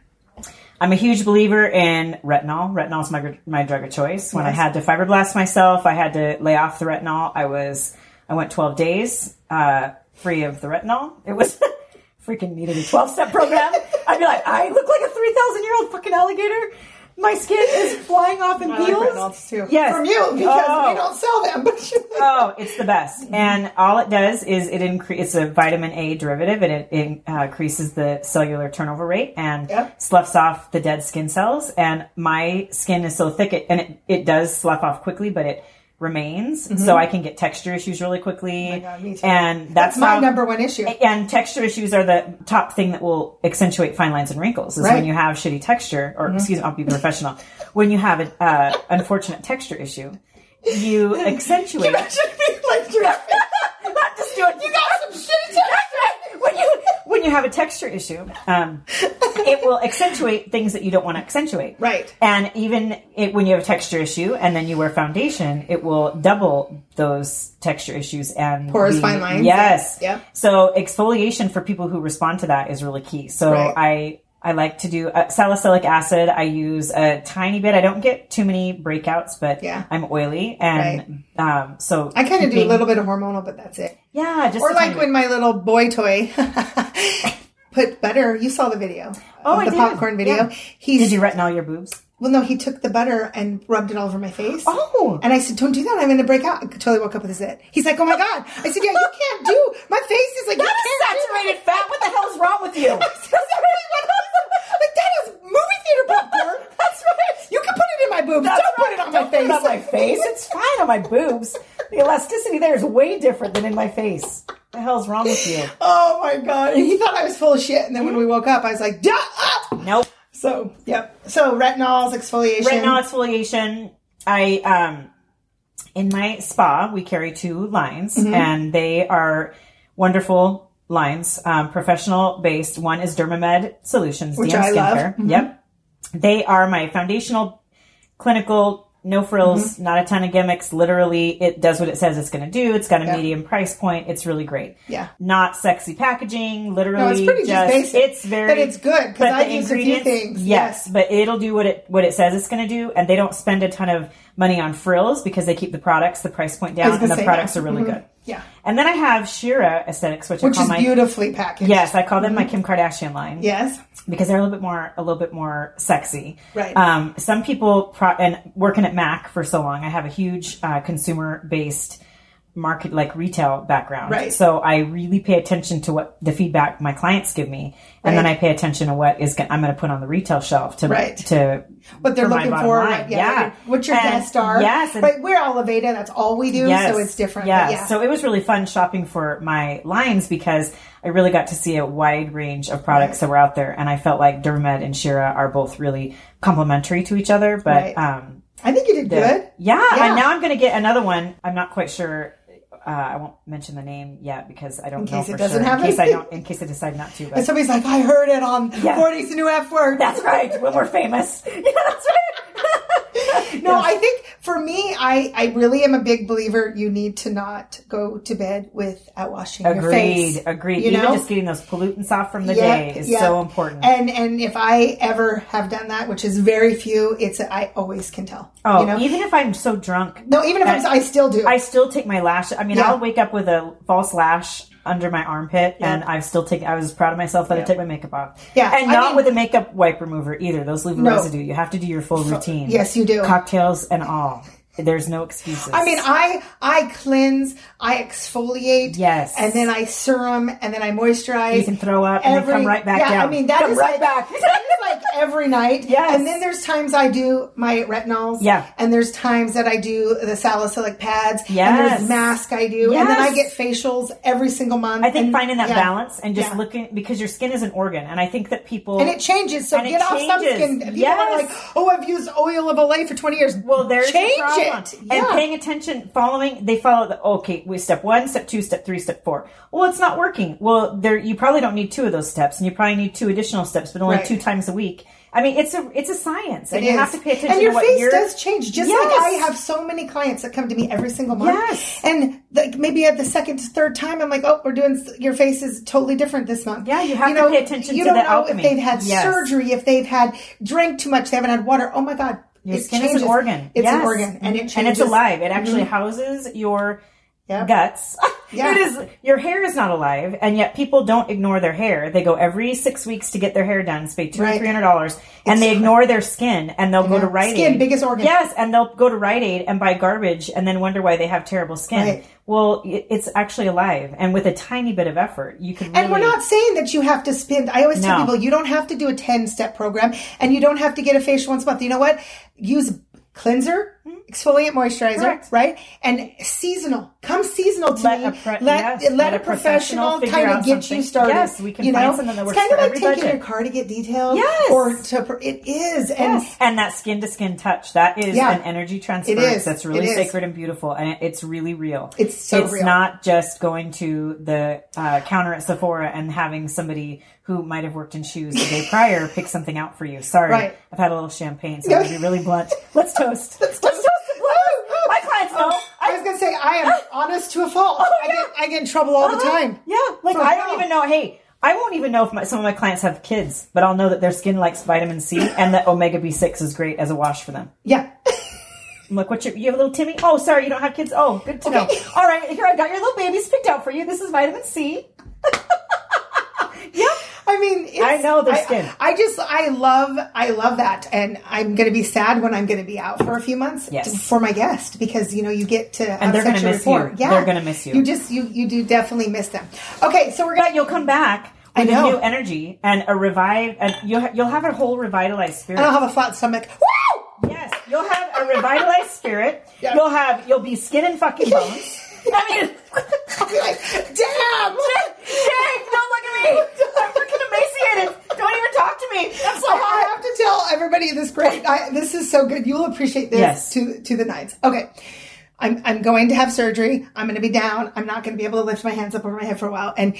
[SPEAKER 2] I'm a huge believer in retinol. Retinol is my, my drug of choice. When I had to fibroblast myself, I had to lay off the retinol. I was, I went 12 days, uh, free of the retinol. It was [laughs] freaking needed a 12 step program. I'd be like, I look like a 3,000 year old fucking alligator. My skin is flying off in
[SPEAKER 1] I like
[SPEAKER 2] peels.
[SPEAKER 1] Reynolds too.
[SPEAKER 2] Yes.
[SPEAKER 1] From you, because
[SPEAKER 2] Oh.
[SPEAKER 1] we don't sell them. But you
[SPEAKER 2] Oh, it's the
[SPEAKER 1] Mm-hmm.
[SPEAKER 2] best. And all it does is it incre- it's a vitamin A derivative and it, it uh, increases the cellular turnover rate and
[SPEAKER 1] Yep.
[SPEAKER 2] sloughs off the dead skin cells. And my skin is so thick it, and it, it does slough off quickly, but it remains. So I can get texture issues really quickly.
[SPEAKER 1] Mm-hmm. Oh God, me too.
[SPEAKER 2] And that's,
[SPEAKER 1] that's my
[SPEAKER 2] how-
[SPEAKER 1] number one issue.
[SPEAKER 2] and texture issues are the top thing that will accentuate fine lines and wrinkles is
[SPEAKER 1] Right. Mm-hmm.
[SPEAKER 2] when you have shitty texture or excuse me i'll be professional when you have an uh, unfortunate texture issue
[SPEAKER 1] [laughs]
[SPEAKER 2] you
[SPEAKER 1] [laughs]
[SPEAKER 2] accentuate
[SPEAKER 1] That should be like your
[SPEAKER 2] [laughs] not just do it.
[SPEAKER 1] You got some shitty texture.
[SPEAKER 2] when you when you have a texture issue, um, it will accentuate things that you don't want to accentuate.
[SPEAKER 1] Right.
[SPEAKER 2] And even it, when you have a texture issue and then you wear foundation, it will double those texture issues and
[SPEAKER 1] Pores,
[SPEAKER 2] the-
[SPEAKER 1] fine lines.
[SPEAKER 2] Yes.
[SPEAKER 1] Yep.
[SPEAKER 2] So exfoliation for people who respond to that is really key. So
[SPEAKER 1] Right.
[SPEAKER 2] I. I like to do uh, salicylic acid. I use a tiny bit. I don't get too many breakouts, but
[SPEAKER 1] Yeah.
[SPEAKER 2] I'm oily and um, so
[SPEAKER 1] I kind of do a
[SPEAKER 2] keeping-
[SPEAKER 1] little bit of hormonal, but that's it.
[SPEAKER 2] yeah, just
[SPEAKER 1] Or
[SPEAKER 2] a tiny
[SPEAKER 1] like
[SPEAKER 2] bit.
[SPEAKER 1] when my little boy toy [laughs] put butter. You saw the video.
[SPEAKER 2] Oh,
[SPEAKER 1] of
[SPEAKER 2] I
[SPEAKER 1] the
[SPEAKER 2] did.
[SPEAKER 1] popcorn video.
[SPEAKER 2] Yeah.
[SPEAKER 1] He's
[SPEAKER 2] Did you retinol your boobs?
[SPEAKER 1] well, no, he took the butter and rubbed it all over my face.
[SPEAKER 2] Oh.
[SPEAKER 1] And I said, "Don't do that. I'm going to break out." I totally woke up with a zit. He's like, "Oh
[SPEAKER 2] [laughs]
[SPEAKER 1] my god!" I said, "Yeah, you can't do. My face is like you can't do
[SPEAKER 2] saturated fat. What the hell is wrong with you?
[SPEAKER 1] [laughs] That's really what I was- like. That is movie theater popcorn. That's right. You can put it in my boobs.
[SPEAKER 2] That's
[SPEAKER 1] Don't put it on my
[SPEAKER 2] Don't put
[SPEAKER 1] face.
[SPEAKER 2] it on my [laughs] face. It's fine on my boobs. The elasticity there is way different than in my face. What the hell's wrong with you?
[SPEAKER 1] Oh my god! And he thought I was full of shit. And then when we woke up, I was like, "Duh!" Ah!
[SPEAKER 2] Nope.
[SPEAKER 1] So, yep. So retinols, exfoliation.
[SPEAKER 2] Retinol exfoliation. I um in my spa we carry two lines
[SPEAKER 1] Mm-hmm.
[SPEAKER 2] and they are wonderful lines, um, professional based. One is Dermamed Solutions,
[SPEAKER 1] Which
[SPEAKER 2] DM
[SPEAKER 1] I love. Mm-hmm.
[SPEAKER 2] Skincare. Yep. They are my foundational clinical, no frills,
[SPEAKER 1] Mm-hmm.
[SPEAKER 2] not a ton of gimmicks. Literally, it does what it says it's going to do. It's got a medium price point. It's really great.
[SPEAKER 1] Yeah.
[SPEAKER 2] Not sexy packaging. Literally,
[SPEAKER 1] No, it's pretty just basic,
[SPEAKER 2] It's very,
[SPEAKER 1] but it's good, 'cause
[SPEAKER 2] but
[SPEAKER 1] I've
[SPEAKER 2] the
[SPEAKER 1] used a few
[SPEAKER 2] ingredients-
[SPEAKER 1] things,
[SPEAKER 2] Yes,
[SPEAKER 1] yes.
[SPEAKER 2] but it'll do what it what it says it's going to do, and they don't spend a ton of money on frills because they keep the products, the price point down,
[SPEAKER 1] was gonna
[SPEAKER 2] and the
[SPEAKER 1] say,
[SPEAKER 2] products
[SPEAKER 1] yeah.
[SPEAKER 2] are really good.
[SPEAKER 1] Yeah.
[SPEAKER 2] And then I have Shira Aesthetics, which, I
[SPEAKER 1] Which
[SPEAKER 2] call
[SPEAKER 1] is Mm-hmm.
[SPEAKER 2] my
[SPEAKER 1] beautifully packaged.
[SPEAKER 2] yes, I call them my Kim Kardashian line
[SPEAKER 1] Yes.
[SPEAKER 2] because they're a little bit more a little bit more sexy.
[SPEAKER 1] Right.
[SPEAKER 2] Um, some people pro- and working at Mac for so long, I have a huge uh, consumer based market like retail background.
[SPEAKER 1] Right.
[SPEAKER 2] So I really pay attention to what the feedback my clients give me, and then I pay attention to what is gonna, I'm going to put on the retail shelf to
[SPEAKER 1] Right.
[SPEAKER 2] to
[SPEAKER 1] What they're
[SPEAKER 2] for my
[SPEAKER 1] looking
[SPEAKER 2] bottom
[SPEAKER 1] for.
[SPEAKER 2] line.
[SPEAKER 1] right? Yeah.
[SPEAKER 2] Yeah.
[SPEAKER 1] What your, what your
[SPEAKER 2] And-
[SPEAKER 1] guests are.
[SPEAKER 2] yes, and-
[SPEAKER 1] Right. We're all Aveda. That's all we do.
[SPEAKER 2] Yes.
[SPEAKER 1] So it's different.
[SPEAKER 2] Yeah.
[SPEAKER 1] But yeah.
[SPEAKER 2] So it was really fun shopping for my lines because I really got to see a wide range of products that were out there, and I felt like Dermed and Shira are both really complementary to each other.
[SPEAKER 1] Right.
[SPEAKER 2] But um,
[SPEAKER 1] I think you did good.
[SPEAKER 2] yeah,
[SPEAKER 1] Yeah.
[SPEAKER 2] and now I'm going to get another one. I'm not quite sure. Uh, I won't mention the name yet because I don't know
[SPEAKER 1] case it
[SPEAKER 2] for
[SPEAKER 1] doesn't
[SPEAKER 2] sure.
[SPEAKER 1] happen.
[SPEAKER 2] In case I
[SPEAKER 1] [laughs]
[SPEAKER 2] don't, in case I decide not to.
[SPEAKER 1] And
[SPEAKER 2] But
[SPEAKER 1] somebody's like, I heard it on
[SPEAKER 2] Yeah.
[SPEAKER 1] 40's the new F word.
[SPEAKER 2] that's right. When we're famous, [laughs] yeah, that's right.
[SPEAKER 1] No, I think for me, I, I really am a big believer you need to not go to bed without washing your face.
[SPEAKER 2] agreed. Agreed.
[SPEAKER 1] You
[SPEAKER 2] Even
[SPEAKER 1] know?
[SPEAKER 2] just getting those pollutants off from the
[SPEAKER 1] Yep,
[SPEAKER 2] day is
[SPEAKER 1] yep.
[SPEAKER 2] so important.
[SPEAKER 1] And and if I ever have done that, which is very few, it's I always can tell.
[SPEAKER 2] oh,
[SPEAKER 1] you know?
[SPEAKER 2] even if I'm so drunk,
[SPEAKER 1] no, even if I'm, I still do.
[SPEAKER 2] I still take my lash. I mean,
[SPEAKER 1] Yeah.
[SPEAKER 2] I'll wake up with a false lash under my armpit, and I still take. I was proud of myself that I took my makeup off.
[SPEAKER 1] Yeah,
[SPEAKER 2] and
[SPEAKER 1] I
[SPEAKER 2] not
[SPEAKER 1] mean-
[SPEAKER 2] with a makeup wipe remover either. Those leave
[SPEAKER 1] No.
[SPEAKER 2] residue. You have to do your full routine.
[SPEAKER 1] yes, you do.
[SPEAKER 2] Cocktails and all. There's no excuses.
[SPEAKER 1] I mean, I I cleanse, I exfoliate,
[SPEAKER 2] Yes.
[SPEAKER 1] and then I serum, and then I moisturize.
[SPEAKER 2] You can throw up and then come right back
[SPEAKER 1] yeah, I
[SPEAKER 2] down.
[SPEAKER 1] mean that
[SPEAKER 2] Come
[SPEAKER 1] is
[SPEAKER 2] right
[SPEAKER 1] like, [laughs]
[SPEAKER 2] back.
[SPEAKER 1] that is
[SPEAKER 2] [laughs]
[SPEAKER 1] like every night.
[SPEAKER 2] Yes.
[SPEAKER 1] and then there's times I do my retinols.
[SPEAKER 2] Yeah.
[SPEAKER 1] and there's times that I do the salicylic pads. and
[SPEAKER 2] Yes.
[SPEAKER 1] there's mask I do, and then I
[SPEAKER 2] Yes.
[SPEAKER 1] get facials every single month.
[SPEAKER 2] I think
[SPEAKER 1] and-
[SPEAKER 2] finding that
[SPEAKER 1] yeah.
[SPEAKER 2] balance and just
[SPEAKER 1] Yeah.
[SPEAKER 2] looking because your skin is an organ, and I think that people
[SPEAKER 1] And it changes, so
[SPEAKER 2] And it
[SPEAKER 1] get off some
[SPEAKER 2] changes.
[SPEAKER 1] skin. People are
[SPEAKER 2] Yes.
[SPEAKER 1] like, "Oh, I've used oil of Olay for twenty years."
[SPEAKER 2] Well, there's
[SPEAKER 1] change
[SPEAKER 2] the problem.
[SPEAKER 1] it.
[SPEAKER 2] And
[SPEAKER 1] Yeah.
[SPEAKER 2] paying attention, following, they follow the, okay, we step one, step two, step three, step four. Well, it's not working. Well, there, you probably don't need two of those steps and you probably need two additional steps, but only
[SPEAKER 1] Right.
[SPEAKER 2] two times a week. I mean, it's a, it's a science and
[SPEAKER 1] It
[SPEAKER 2] you
[SPEAKER 1] is.
[SPEAKER 2] have to pay attention
[SPEAKER 1] And your
[SPEAKER 2] to what
[SPEAKER 1] face
[SPEAKER 2] you're,
[SPEAKER 1] does change, just like
[SPEAKER 2] Yes.
[SPEAKER 1] I have so many clients that come to me every single month.
[SPEAKER 2] Yes.
[SPEAKER 1] And like maybe at the second, third time, I'm like, oh, we're doing your face is totally different this month.
[SPEAKER 2] Yeah, you have to pay attention
[SPEAKER 1] You
[SPEAKER 2] to
[SPEAKER 1] don't
[SPEAKER 2] the
[SPEAKER 1] know
[SPEAKER 2] alchemy.
[SPEAKER 1] if they've had
[SPEAKER 2] Yes.
[SPEAKER 1] surgery, if they've had drank too much, they haven't had water. Oh my God.
[SPEAKER 2] your skin is an organ.
[SPEAKER 1] It's an
[SPEAKER 2] Yes.
[SPEAKER 1] organ, and it changes. Mm-hmm.
[SPEAKER 2] And it's alive. It actually houses your
[SPEAKER 1] Yep.
[SPEAKER 2] guts. [laughs]
[SPEAKER 1] Yeah.
[SPEAKER 2] It is your hair is not alive, and yet people don't ignore their hair. They go every six weeks to get their hair done, spend two
[SPEAKER 1] Right.
[SPEAKER 2] or three hundred dollars, and they ignore their skin, and they'll go to Rite
[SPEAKER 1] Skin,
[SPEAKER 2] Aid.
[SPEAKER 1] biggest organ.
[SPEAKER 2] Yes, and they'll go to Rite Aid and buy garbage, and then wonder why they have terrible skin.
[SPEAKER 1] Right.
[SPEAKER 2] Well, i- it's actually alive, and with a tiny bit of effort, you can.
[SPEAKER 1] And we're
[SPEAKER 2] really-
[SPEAKER 1] not saying that you have to spend. I always tell
[SPEAKER 2] No.
[SPEAKER 1] people you don't have to do a 10 step program and you don't have to get a facial once a month. You know what? Use cleanser, exfoliant moisturizer,
[SPEAKER 2] Correct.
[SPEAKER 1] right? And seasonal. Come seasonal to
[SPEAKER 2] Let
[SPEAKER 1] me.
[SPEAKER 2] a pro-
[SPEAKER 1] let,
[SPEAKER 2] yes,
[SPEAKER 1] let
[SPEAKER 2] let
[SPEAKER 1] a
[SPEAKER 2] a
[SPEAKER 1] professional,
[SPEAKER 2] professional figure
[SPEAKER 1] kind of
[SPEAKER 2] out
[SPEAKER 1] get
[SPEAKER 2] something.
[SPEAKER 1] you started.
[SPEAKER 2] Yes, we can
[SPEAKER 1] you
[SPEAKER 2] find
[SPEAKER 1] know?
[SPEAKER 2] something that
[SPEAKER 1] It's
[SPEAKER 2] works
[SPEAKER 1] kind of
[SPEAKER 2] for
[SPEAKER 1] like
[SPEAKER 2] every
[SPEAKER 1] taking
[SPEAKER 2] budget.
[SPEAKER 1] your car to get detailed.
[SPEAKER 2] Yes.
[SPEAKER 1] Or to, pr- it is. And
[SPEAKER 2] Yes. And that skin to skin touch, that is
[SPEAKER 1] Yeah.
[SPEAKER 2] an energy transfer
[SPEAKER 1] is.
[SPEAKER 2] that's
[SPEAKER 1] It
[SPEAKER 2] really
[SPEAKER 1] is.
[SPEAKER 2] sacred and beautiful. And it- it's really real.
[SPEAKER 1] It's so
[SPEAKER 2] It's
[SPEAKER 1] real.
[SPEAKER 2] not just going to the uh, counter at Sephora and having somebody who might have worked in shoes the
[SPEAKER 1] [laughs]
[SPEAKER 2] day prior pick something out for you. Sorry.
[SPEAKER 1] Right.
[SPEAKER 2] I've had a little champagne, so I'm going to be really blunt.
[SPEAKER 1] [laughs]
[SPEAKER 2] Let's toast. Let's toast. the
[SPEAKER 1] Oh,
[SPEAKER 2] blunt.
[SPEAKER 1] oh.
[SPEAKER 2] My clients know. Oh,
[SPEAKER 1] I was going to say, I
[SPEAKER 2] [gasps]
[SPEAKER 1] am honest to a fault. I, get, I get in trouble all the time.
[SPEAKER 2] Uh-huh. Yeah, like
[SPEAKER 1] For
[SPEAKER 2] I don't
[SPEAKER 1] how?
[SPEAKER 2] even know. Hey, I won't even know if my, some of my clients have kids, but I'll know that their skin likes vitamin C and that omega B six is great as a wash for them.
[SPEAKER 1] Yeah.
[SPEAKER 2] I'm like, what? You, you have a little Timmy? Oh, sorry, you don't have kids. Oh, good to know.
[SPEAKER 1] Okay.
[SPEAKER 2] All right, here I got your little babies picked out for you. This is vitamin C.
[SPEAKER 1] I mean, it's,
[SPEAKER 2] I know their skin.
[SPEAKER 1] I, just, I love, I love that, and I'm going to be sad when I'm going to be out for a few months
[SPEAKER 2] Yes.
[SPEAKER 1] to- for my guest because you know you get to and
[SPEAKER 2] they're gonna miss you. They're gonna miss you.
[SPEAKER 1] You just, you, you do definitely miss them. Okay, so we're gonna
[SPEAKER 2] But you'll come back with a
[SPEAKER 1] know.
[SPEAKER 2] new energy and a revive, and you'll ha- you'll have a whole revitalized spirit.
[SPEAKER 1] I'll have a flat stomach. Woo! [laughs]
[SPEAKER 2] Yes, you'll have a revitalized spirit.
[SPEAKER 1] Yeah.
[SPEAKER 2] You'll have you'll be skin and
[SPEAKER 1] [laughs]
[SPEAKER 2] fucking bones. I mean.
[SPEAKER 1] I'll be like, damn.
[SPEAKER 2] Dang, don't look at me. I'm freaking emaciated. Don't even talk to me. I'm so
[SPEAKER 1] I- I
[SPEAKER 2] hot.
[SPEAKER 1] have to tell everybody this great. I, this is so good. You'll appreciate this
[SPEAKER 2] Yes.
[SPEAKER 1] to to the nines. Okay. I'm I'm going to have surgery. I'm going to be down. I'm not going to be able to lift my hands up over my head for a while. And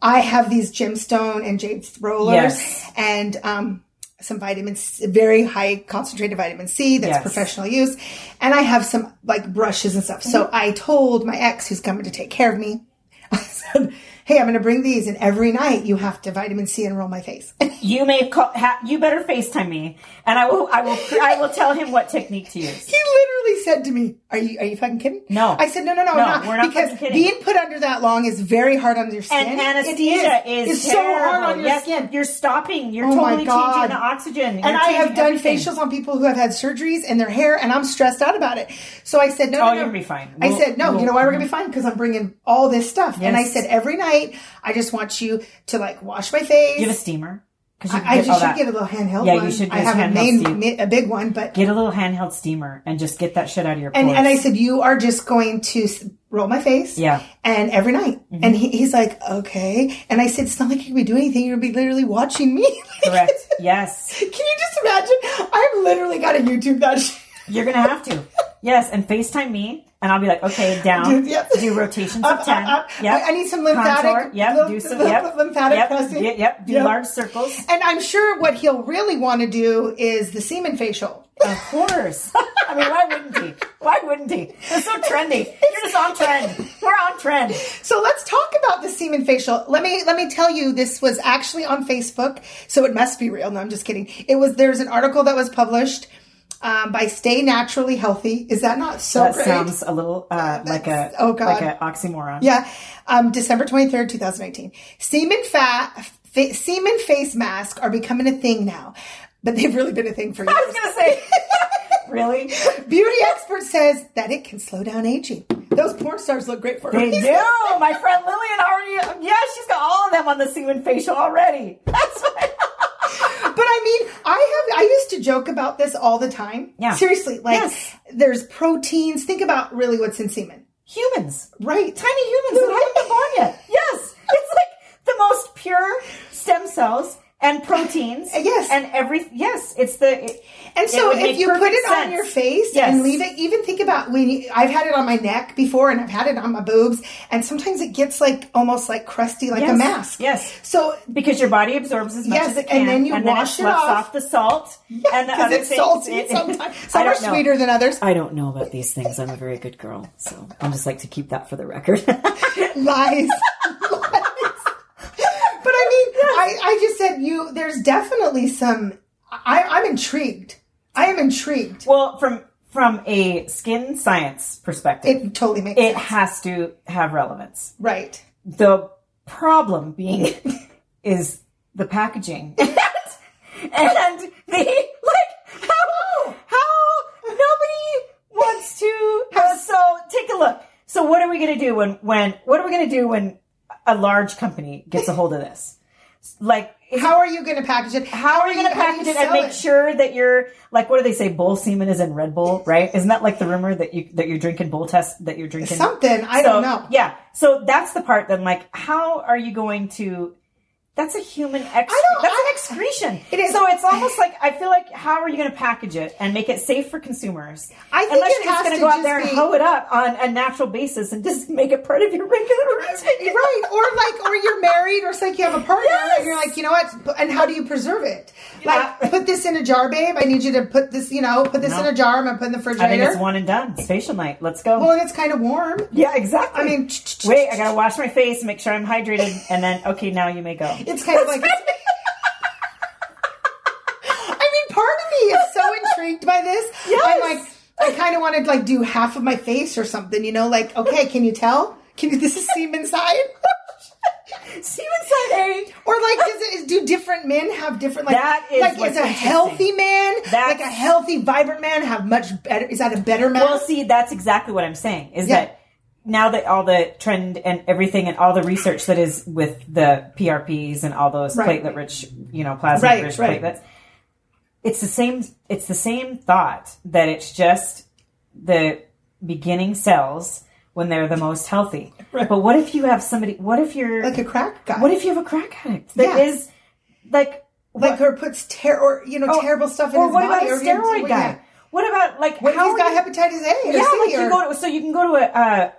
[SPEAKER 1] I have these gemstone and jade rollers
[SPEAKER 2] Yes.
[SPEAKER 1] and um some vitamin C, very high concentrated vitamin C that's
[SPEAKER 2] Yes.
[SPEAKER 1] professional use. And I have some like brushes and stuff.
[SPEAKER 2] Mm-hmm.
[SPEAKER 1] So I told my ex who's coming to take care of me, [laughs] I said, Hey, I'm going to bring these and every night you have to vitamin C and roll my face.
[SPEAKER 2] You may call, ha, you better FaceTime me, and I will. I will. I will tell him what technique to use.
[SPEAKER 1] He literally said to me, "Are you are you fucking kidding?"
[SPEAKER 2] No.
[SPEAKER 1] I said, "No, no, no,
[SPEAKER 2] No,
[SPEAKER 1] I'm not,
[SPEAKER 2] we're not
[SPEAKER 1] because
[SPEAKER 2] fucking kidding.
[SPEAKER 1] being put under that long is very hard on your skin.
[SPEAKER 2] And anesthesia
[SPEAKER 1] it
[SPEAKER 2] is,
[SPEAKER 1] is, It's so hard
[SPEAKER 2] terrible.
[SPEAKER 1] on your
[SPEAKER 2] Yes,
[SPEAKER 1] skin.
[SPEAKER 2] You're stopping. You're
[SPEAKER 1] Oh my
[SPEAKER 2] totally
[SPEAKER 1] God.
[SPEAKER 2] changing the oxygen.
[SPEAKER 1] and
[SPEAKER 2] You're
[SPEAKER 1] I have
[SPEAKER 2] changing
[SPEAKER 1] done
[SPEAKER 2] everything.
[SPEAKER 1] facials on people who have had surgeries and their hair, and I'm stressed out about it. So I said, "No, no,
[SPEAKER 2] Oh,
[SPEAKER 1] no.
[SPEAKER 2] you're gonna be fine.
[SPEAKER 1] I
[SPEAKER 2] We'll-
[SPEAKER 1] said, "No, you
[SPEAKER 2] we'll- mm-hmm.
[SPEAKER 1] know why we're gonna be fine? Because I'm bringing all this stuff." And I
[SPEAKER 2] Yes.
[SPEAKER 1] said, "Every night, I just want you to like wash my face.
[SPEAKER 2] You have a steamer because
[SPEAKER 1] I I just should get a little handheld
[SPEAKER 2] oh, Yeah, you
[SPEAKER 1] one.
[SPEAKER 2] should
[SPEAKER 1] I
[SPEAKER 2] use
[SPEAKER 1] have a
[SPEAKER 2] handheld
[SPEAKER 1] main,
[SPEAKER 2] steam.
[SPEAKER 1] mi- a big one, but
[SPEAKER 2] Get a little handheld steamer and just get that shit out of your pores.
[SPEAKER 1] And, and [laughs] I said, you are just going to s- roll my face.
[SPEAKER 2] Yeah. Mm-hmm.
[SPEAKER 1] And every night. And he, he's like, okay. And I said, it's not like you're going to be doing anything. You're going to be literally watching me. [laughs]
[SPEAKER 2] correct. Yes.
[SPEAKER 1] Can you just imagine? I've literally got to YouTube that shit.
[SPEAKER 2] You're gonna have to. Yes, and FaceTime me, and I'll be like, okay, down.
[SPEAKER 1] Do- yep.
[SPEAKER 2] Do rotations
[SPEAKER 1] Up,
[SPEAKER 2] of ten.
[SPEAKER 1] up, up.
[SPEAKER 2] Yep.
[SPEAKER 1] Uh, I- I need some lymphatic-
[SPEAKER 2] Contour. Yep.
[SPEAKER 1] lymph-
[SPEAKER 2] do some.
[SPEAKER 1] lymph-
[SPEAKER 2] Yep.
[SPEAKER 1] lymphatic
[SPEAKER 2] yep.
[SPEAKER 1] pressing.
[SPEAKER 2] Yep. yep. Do
[SPEAKER 1] Yep.
[SPEAKER 2] large circles.
[SPEAKER 1] And I'm sure what he'll really want to do is the semen facial.
[SPEAKER 2] Of course. I mean, why wouldn't he? Why wouldn't he? It's so trendy. You're just on trend. We're on trend.
[SPEAKER 1] So let's talk about the semen facial. Let me let me tell you, this was actually on Facebook, so it must be real. No, I'm just kidding. It was there's an article that was published um, by Stay Naturally Healthy. Is that not so
[SPEAKER 2] That
[SPEAKER 1] great?
[SPEAKER 2] sounds a little uh, like a
[SPEAKER 1] oh, God.
[SPEAKER 2] like an oxymoron.
[SPEAKER 1] yeah, um, December 23rd, 2018. Semen fat, fa- semen face masks are becoming a thing now, but they've really been a thing for years.
[SPEAKER 2] [laughs] I was gonna say. really?
[SPEAKER 1] Beauty expert says that it can slow down aging. Those porn stars look great for a
[SPEAKER 2] They
[SPEAKER 1] reason.
[SPEAKER 2] do. My friend Lillian already. Yeah, she's got all of them on the semen facial already. That's what.
[SPEAKER 1] But I mean, I have I used to joke about this all the time.
[SPEAKER 2] Yeah.
[SPEAKER 1] Seriously, like
[SPEAKER 2] Yes.
[SPEAKER 1] there's proteins. Think about really what's in semen.
[SPEAKER 2] Humans.
[SPEAKER 1] Right.
[SPEAKER 2] tiny humans that haven't been born yet. Yes, it's like the most pure stem cells and proteins.
[SPEAKER 1] Yes.
[SPEAKER 2] and every yes, it's the it-
[SPEAKER 1] And
[SPEAKER 2] it
[SPEAKER 1] so
[SPEAKER 2] would
[SPEAKER 1] if
[SPEAKER 2] make
[SPEAKER 1] you put
[SPEAKER 2] perfect
[SPEAKER 1] it on
[SPEAKER 2] sense.
[SPEAKER 1] your face
[SPEAKER 2] Yes.
[SPEAKER 1] and leave it, even think about when you, I've had it on my neck before and I've had it on my boobs and sometimes it gets like almost like crusty like a
[SPEAKER 2] Yes.
[SPEAKER 1] mask.
[SPEAKER 2] Yes.
[SPEAKER 1] So
[SPEAKER 2] because your body absorbs as much
[SPEAKER 1] Yes,
[SPEAKER 2] as it
[SPEAKER 1] and
[SPEAKER 2] can,
[SPEAKER 1] then you wash
[SPEAKER 2] it
[SPEAKER 1] it
[SPEAKER 2] sloughs
[SPEAKER 1] off. [laughs]
[SPEAKER 2] the salt and the
[SPEAKER 1] because
[SPEAKER 2] other
[SPEAKER 1] it's
[SPEAKER 2] things.
[SPEAKER 1] salty
[SPEAKER 2] It-
[SPEAKER 1] sometimes.
[SPEAKER 2] [laughs] I
[SPEAKER 1] Some are
[SPEAKER 2] don't know.
[SPEAKER 1] sweeter than
[SPEAKER 2] [laughs]
[SPEAKER 1] others.
[SPEAKER 2] I don't know about these things. I'm a very good girl, so I just like to keep that for
[SPEAKER 1] [laughs]
[SPEAKER 2] the record. [laughs]
[SPEAKER 1] lies. lies. But I mean, I, I just said you, there's definitely some, I, I'm intrigued. I am intrigued.
[SPEAKER 2] well, from from a skin science perspective,
[SPEAKER 1] It totally makes
[SPEAKER 2] it,
[SPEAKER 1] sense.
[SPEAKER 2] has to have relevance.
[SPEAKER 1] Right.
[SPEAKER 2] The problem being [laughs] is the [laughs] packaging and, and the like how, how nobody wants to. uh, so take a look. So what are we going to do when when what are we going to do when a large company gets a hold of this? Like
[SPEAKER 1] How are you going to package it?
[SPEAKER 2] how are you going to
[SPEAKER 1] how do
[SPEAKER 2] package it and
[SPEAKER 1] sell
[SPEAKER 2] make sure that you're like what do they say? Bull semen is in Red Bull, right? Isn't that like the rumor that you that you're drinking bull test that you're drinking
[SPEAKER 1] something? I
[SPEAKER 2] So,
[SPEAKER 1] don't know.
[SPEAKER 2] Yeah, so that's the part. Then like, how are you going to? That's a human. Ex-
[SPEAKER 1] I don't-
[SPEAKER 2] that's
[SPEAKER 1] I-
[SPEAKER 2] an excretion.
[SPEAKER 1] It is.
[SPEAKER 2] So it's almost like I feel like how are you going to package it and make it safe for consumers?
[SPEAKER 1] I think
[SPEAKER 2] unless
[SPEAKER 1] it
[SPEAKER 2] you're
[SPEAKER 1] has
[SPEAKER 2] just going
[SPEAKER 1] to
[SPEAKER 2] to go out
[SPEAKER 1] just
[SPEAKER 2] there and
[SPEAKER 1] be-
[SPEAKER 2] hoe it up on a natural basis and just [laughs] make it part of your regular routine.
[SPEAKER 1] right or like or you're married or it's like you have a partner and you're like you know what and how do you preserve it like
[SPEAKER 2] Yeah.
[SPEAKER 1] put this in a jar babe i need you to put this you know put this
[SPEAKER 2] No.
[SPEAKER 1] in a jar i'm gonna put in the
[SPEAKER 2] I think
[SPEAKER 1] refrigerator
[SPEAKER 2] it's one and done. It's facial night. Let's go.
[SPEAKER 1] well and it's kind of warm
[SPEAKER 2] yeah, exactly.
[SPEAKER 1] i mean
[SPEAKER 2] Wait, I gotta wash my face, make sure I'm hydrated, and then okay, now
[SPEAKER 1] [laughs]
[SPEAKER 2] you may go.
[SPEAKER 1] it's kind of like i mean part of me is so intrigued by this i'm
[SPEAKER 2] Yes.
[SPEAKER 1] like i kind of want to like do half of my face or something you know like okay can you tell can you this is seam inside
[SPEAKER 2] See you inside, eh?
[SPEAKER 1] Or like, does it, do different men have different like?
[SPEAKER 2] That is
[SPEAKER 1] like,
[SPEAKER 2] what's
[SPEAKER 1] is a
[SPEAKER 2] interesting.
[SPEAKER 1] healthy man
[SPEAKER 2] That's-
[SPEAKER 1] like a healthy, vibrant man have much better? Is that a better man?
[SPEAKER 2] Well, see, that's exactly what I'm saying. Is
[SPEAKER 1] Yeah.
[SPEAKER 2] that now that all the trend and everything and all the research that is with the PRPs and all those
[SPEAKER 1] Right.
[SPEAKER 2] platelet rich, you know, plasma
[SPEAKER 1] Right,
[SPEAKER 2] rich
[SPEAKER 1] right.
[SPEAKER 2] platelets, it's the same. It's the same thought that it's just the beginning cells when they're the most healthy. But what if you have somebody? What if you're?
[SPEAKER 1] like a crack guy.
[SPEAKER 2] what if you have a crack addict that
[SPEAKER 1] Yeah.
[SPEAKER 2] is like
[SPEAKER 1] like or puts ter- Oh, or you know terrible stuff in
[SPEAKER 2] or
[SPEAKER 1] his
[SPEAKER 2] what
[SPEAKER 1] body?
[SPEAKER 2] about a
[SPEAKER 1] he has-
[SPEAKER 2] steroid
[SPEAKER 1] well,
[SPEAKER 2] guy?
[SPEAKER 1] yeah.
[SPEAKER 2] What about like
[SPEAKER 1] What if
[SPEAKER 2] how
[SPEAKER 1] he's
[SPEAKER 2] are
[SPEAKER 1] got
[SPEAKER 2] you-
[SPEAKER 1] hepatitis A? Or
[SPEAKER 2] yeah,
[SPEAKER 1] C
[SPEAKER 2] like
[SPEAKER 1] or-
[SPEAKER 2] you go to, so you can go to a uh,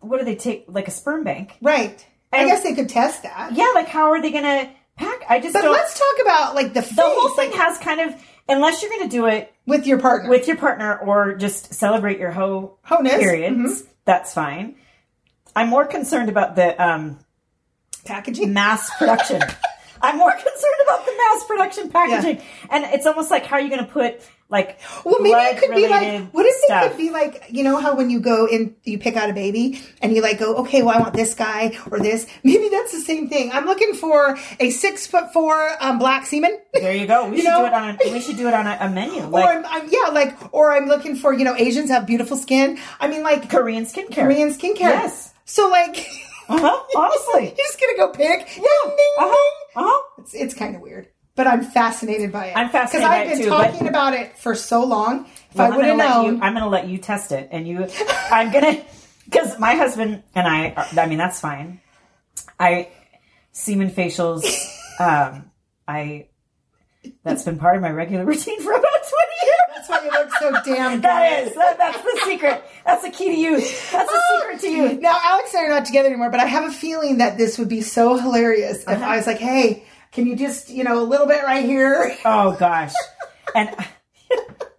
[SPEAKER 2] what do they take like a sperm bank?
[SPEAKER 1] right. I
[SPEAKER 2] And-
[SPEAKER 1] guess they could test that.
[SPEAKER 2] Yeah, like how are they gonna pack? I just
[SPEAKER 1] But
[SPEAKER 2] don't.
[SPEAKER 1] let's talk about like the,
[SPEAKER 2] the
[SPEAKER 1] face,
[SPEAKER 2] whole thing
[SPEAKER 1] like,
[SPEAKER 2] has kind of unless you're gonna do it
[SPEAKER 1] with your partner.
[SPEAKER 2] with your partner or just celebrate your hoe
[SPEAKER 1] Honus.
[SPEAKER 2] periods.
[SPEAKER 1] Mm-hmm.
[SPEAKER 2] That's fine. I'm more concerned about the um,
[SPEAKER 1] packaging.
[SPEAKER 2] mass
[SPEAKER 1] [laughs]
[SPEAKER 2] production. I'm more concerned about the mass production packaging, and it's almost like how are you going to put like
[SPEAKER 1] Well, maybe it could be like,
[SPEAKER 2] blood-related
[SPEAKER 1] what if
[SPEAKER 2] stuff?
[SPEAKER 1] it could be like, you know how when you go in, you pick out a baby and you like go, okay, well, I want this guy or this. Maybe that's the same thing. I'm looking for a six foot four um, black semen.
[SPEAKER 2] There you go. We
[SPEAKER 1] You
[SPEAKER 2] should
[SPEAKER 1] know?
[SPEAKER 2] do it on. A, we should do it on a, a
[SPEAKER 1] [laughs]
[SPEAKER 2] menu.
[SPEAKER 1] or
[SPEAKER 2] Like
[SPEAKER 1] I'm, I'm, yeah, like, or I'm looking for, you know, Asians have beautiful skin. I mean, like
[SPEAKER 2] Korean skincare.
[SPEAKER 1] Korean skincare.
[SPEAKER 2] Yes.
[SPEAKER 1] So like, [laughs]
[SPEAKER 2] [laughs] Uh-huh. Honestly.
[SPEAKER 1] you're just going to go pick. Yeah. Ding,
[SPEAKER 2] Uh
[SPEAKER 1] ding,
[SPEAKER 2] huh.
[SPEAKER 1] ding.
[SPEAKER 2] Uh huh.
[SPEAKER 1] It's, it's kind of weird, but I'm fascinated by it.
[SPEAKER 2] I'm fascinated
[SPEAKER 1] Because I've
[SPEAKER 2] by it
[SPEAKER 1] been
[SPEAKER 2] too, but-
[SPEAKER 1] talking about it for so long. If I
[SPEAKER 2] I'm
[SPEAKER 1] would
[SPEAKER 2] gonna
[SPEAKER 1] have
[SPEAKER 2] let
[SPEAKER 1] known.
[SPEAKER 2] you. I'm gonna let you test it, and you. I'm gonna [laughs] because my husband and I. Are, I mean, that's fine. I semen [laughs] facials. Um, I. That's been part of my regular [laughs] routine for about twenty years.
[SPEAKER 1] that's why you look so damn good.
[SPEAKER 2] [laughs] That is. That, that's the secret. That's the key to you. That's the secret to you. [laughs]
[SPEAKER 1] Now, Alex and I are not together anymore, but I have a feeling that this would be so hilarious if
[SPEAKER 2] Uh-huh.
[SPEAKER 1] I was like, hey, can you just, you know, a little bit right here? [laughs]
[SPEAKER 2] Oh gosh. And.
[SPEAKER 1] I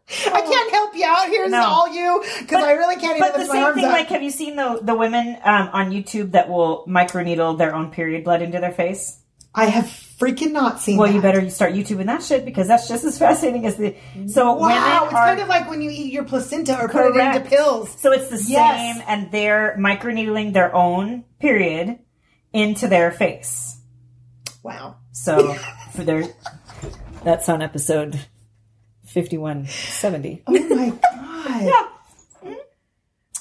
[SPEAKER 1] can't help you out. Here's
[SPEAKER 2] No.
[SPEAKER 1] all you, because I really can't even
[SPEAKER 2] But the
[SPEAKER 1] lift my
[SPEAKER 2] same
[SPEAKER 1] arms
[SPEAKER 2] thing,
[SPEAKER 1] up.
[SPEAKER 2] like, have you seen the the women um, on YouTube that will microneedle their own period blood into their face?
[SPEAKER 1] I have freaking not seen
[SPEAKER 2] Well, you
[SPEAKER 1] that.
[SPEAKER 2] better start YouTubing that shit because that's just as [laughs] fascinating as the. So women
[SPEAKER 1] Wow,
[SPEAKER 2] are
[SPEAKER 1] it's kind of like when you eat your placenta or put it
[SPEAKER 2] Correct.
[SPEAKER 1] into pills.
[SPEAKER 2] so it's the
[SPEAKER 1] Yes.
[SPEAKER 2] same, and they're microneedling their own period into their face.
[SPEAKER 1] Wow. [laughs]
[SPEAKER 2] So for their that's on episode fifty one seventy.
[SPEAKER 1] Oh
[SPEAKER 2] [laughs]
[SPEAKER 1] my God.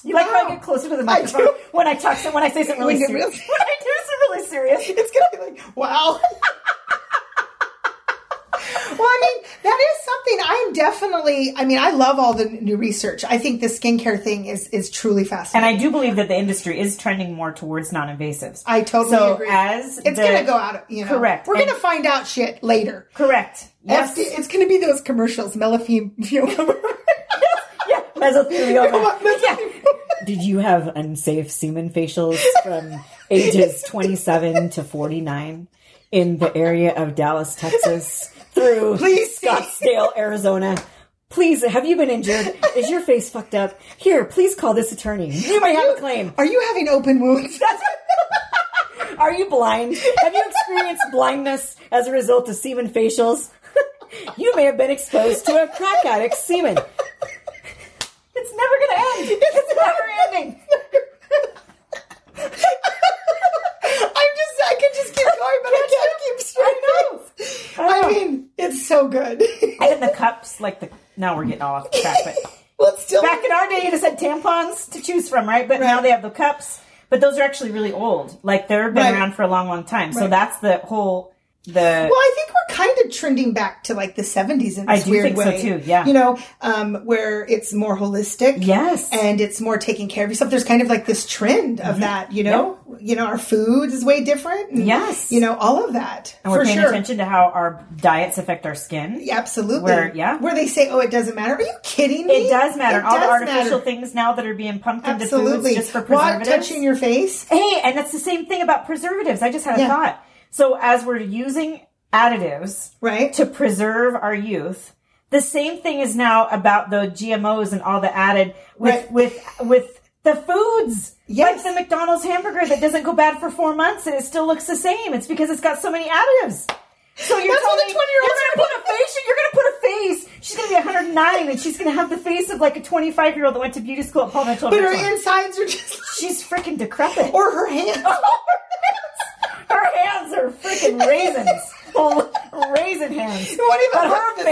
[SPEAKER 2] You like how
[SPEAKER 1] Wow.
[SPEAKER 2] I get closer to the
[SPEAKER 1] I
[SPEAKER 2] microphone
[SPEAKER 1] do.
[SPEAKER 2] when I talk, when I say something really
[SPEAKER 1] We get
[SPEAKER 2] serious.
[SPEAKER 1] real-
[SPEAKER 2] When I do something really serious.
[SPEAKER 1] It's going to be like, wow. [laughs] Well, I mean, that is something I am definitely. I mean, I love all the new research. I think the skincare thing is is truly fascinating.
[SPEAKER 2] And I do believe that the industry is trending more towards non-invasives.
[SPEAKER 1] I totally
[SPEAKER 2] so
[SPEAKER 1] agree.
[SPEAKER 2] as
[SPEAKER 1] it's
[SPEAKER 2] the-
[SPEAKER 1] going to go out, you know.
[SPEAKER 2] Correct.
[SPEAKER 1] We're
[SPEAKER 2] And-
[SPEAKER 1] going to find out shit later.
[SPEAKER 2] correct. Yes.
[SPEAKER 1] FD it's going to be those commercials, [laughs] Melafine.
[SPEAKER 2] yeah.
[SPEAKER 3] [laughs]
[SPEAKER 2] Mesothelioma.
[SPEAKER 1] yeah.
[SPEAKER 3] Did you have unsafe semen facials from ages
[SPEAKER 1] [laughs]
[SPEAKER 3] 27 to 49 in the area of Dallas, Texas through
[SPEAKER 1] Please see.
[SPEAKER 3] Scottsdale, Arizona? Please, have you been injured? Is your face fucked up? Here, please call this attorney. You may have a claim.
[SPEAKER 1] Are you having open wounds? [laughs]
[SPEAKER 3] Are you blind? Have you
[SPEAKER 2] [laughs]
[SPEAKER 3] experienced blindness as a result of semen facials? You may have been exposed to a crack addict's semen.
[SPEAKER 2] It's never gonna end. [laughs] It's never ending.
[SPEAKER 1] I'm just, I could just
[SPEAKER 2] [laughs]
[SPEAKER 1] keep going, but I can't keep straight.
[SPEAKER 2] I know.
[SPEAKER 1] I,
[SPEAKER 2] I know.
[SPEAKER 1] mean, it's so good. [laughs]
[SPEAKER 2] And the cups, like the now we're getting all off the track, but
[SPEAKER 1] well, it's still
[SPEAKER 2] back in our day, you just had tampons to choose from, right? But now
[SPEAKER 1] Right.
[SPEAKER 2] they have the cups. But those are actually really old. Like they've been
[SPEAKER 1] Right.
[SPEAKER 2] around for a long, long time. So
[SPEAKER 1] Right.
[SPEAKER 2] that's the whole the
[SPEAKER 1] Well, I think we're kind of trending back to like the 70s in this
[SPEAKER 2] I do
[SPEAKER 1] weird
[SPEAKER 2] think so,
[SPEAKER 1] way.
[SPEAKER 2] too, yeah.
[SPEAKER 1] You know, um, where it's more holistic.
[SPEAKER 2] Yes.
[SPEAKER 1] And it's more taking care of yourself. There's kind of like this trend
[SPEAKER 2] Mm-hmm.
[SPEAKER 1] of that, you know? You know, our food is way different. and,
[SPEAKER 2] Yes.
[SPEAKER 1] You know, all of that.
[SPEAKER 2] and we're
[SPEAKER 1] for
[SPEAKER 2] paying
[SPEAKER 1] sure.
[SPEAKER 2] attention to how our diets affect our skin.
[SPEAKER 1] Absolutely.
[SPEAKER 2] Where- yeah.
[SPEAKER 1] Where they say, oh, it doesn't matter. Are you kidding me?
[SPEAKER 2] It does matter.
[SPEAKER 1] It
[SPEAKER 2] all the
[SPEAKER 1] does
[SPEAKER 2] artificial
[SPEAKER 1] matter.
[SPEAKER 2] things now that are being pumped into
[SPEAKER 1] Absolutely.
[SPEAKER 2] foods just for
[SPEAKER 1] Water
[SPEAKER 2] preservatives.
[SPEAKER 1] touching your face.
[SPEAKER 2] Hey, and that's the same thing about preservatives. I just had a
[SPEAKER 1] Yeah.
[SPEAKER 2] thought. So as we're using additives
[SPEAKER 1] Right.
[SPEAKER 2] to preserve our youth, the same thing is now about the GMOs and all the added with
[SPEAKER 1] Right.
[SPEAKER 2] with with the foods.
[SPEAKER 1] Yes.
[SPEAKER 2] Like the McDonald's hamburger that doesn't go bad for four months and it still looks the same. It's because it's got so many additives. So you're
[SPEAKER 1] That's what
[SPEAKER 2] telling
[SPEAKER 1] the
[SPEAKER 2] me
[SPEAKER 1] 20-year-olds
[SPEAKER 2] you're gonna put a face you're gonna put a face. She's gonna be 109 and she's gonna have the face of like a 25 year old that went to beauty school at Paul Mitchell.
[SPEAKER 1] But
[SPEAKER 2] Richmond.
[SPEAKER 1] her insides are just, [laughs]
[SPEAKER 2] she's freaking decrepit.
[SPEAKER 1] or her
[SPEAKER 2] [laughs]
[SPEAKER 1] hands.
[SPEAKER 2] Her hands are freaking
[SPEAKER 1] [laughs]
[SPEAKER 2] raisins. Well, Raisin hands.
[SPEAKER 1] What even
[SPEAKER 2] But her
[SPEAKER 1] harvest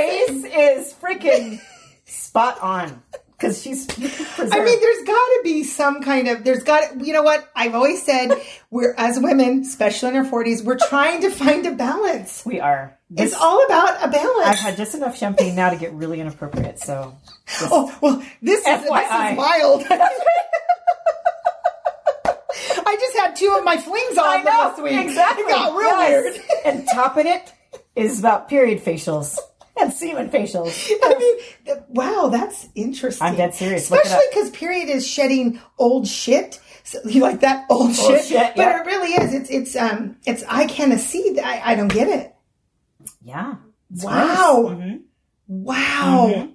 [SPEAKER 2] face is freaking spot on. Because she's.
[SPEAKER 1] I mean, there's got to be some kind of there's got you know what I've always said we're as women, especially in our 40s, we're trying to find a balance.
[SPEAKER 2] we are. This,
[SPEAKER 1] It's all about a balance.
[SPEAKER 2] I've had just enough champagne now to get really inappropriate, so.
[SPEAKER 1] oh well, this is, this is
[SPEAKER 2] FYI. [laughs]
[SPEAKER 1] wild. I just had two of my flings on
[SPEAKER 2] I
[SPEAKER 1] last week.
[SPEAKER 2] Exactly. [laughs]
[SPEAKER 1] It got real
[SPEAKER 2] Yes.
[SPEAKER 1] weird.
[SPEAKER 2] and topping it is about period facials and semen facials.
[SPEAKER 1] I mean, th- wow, that's interesting.
[SPEAKER 2] I'm dead serious. Look it
[SPEAKER 1] Especially because period is shedding old shit. So you like that old, shit?
[SPEAKER 2] shit,
[SPEAKER 1] but
[SPEAKER 2] yeah.
[SPEAKER 1] it really is. It's it's um it's I can't see. that. I, I don't get it.
[SPEAKER 2] Yeah.
[SPEAKER 1] Wow.
[SPEAKER 2] hmm
[SPEAKER 1] Wow.
[SPEAKER 2] Mm-hmm.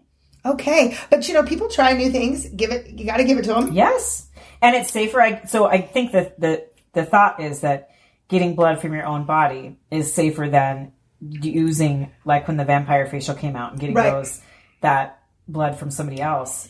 [SPEAKER 1] Okay, but you know, people try new things. Give it. You got to give it to them.
[SPEAKER 2] Yes, and it's safer. I so I think that the the thought is that getting blood from your own body is safer than using like when the vampire facial came out and getting
[SPEAKER 1] Right.
[SPEAKER 2] those that blood from somebody else.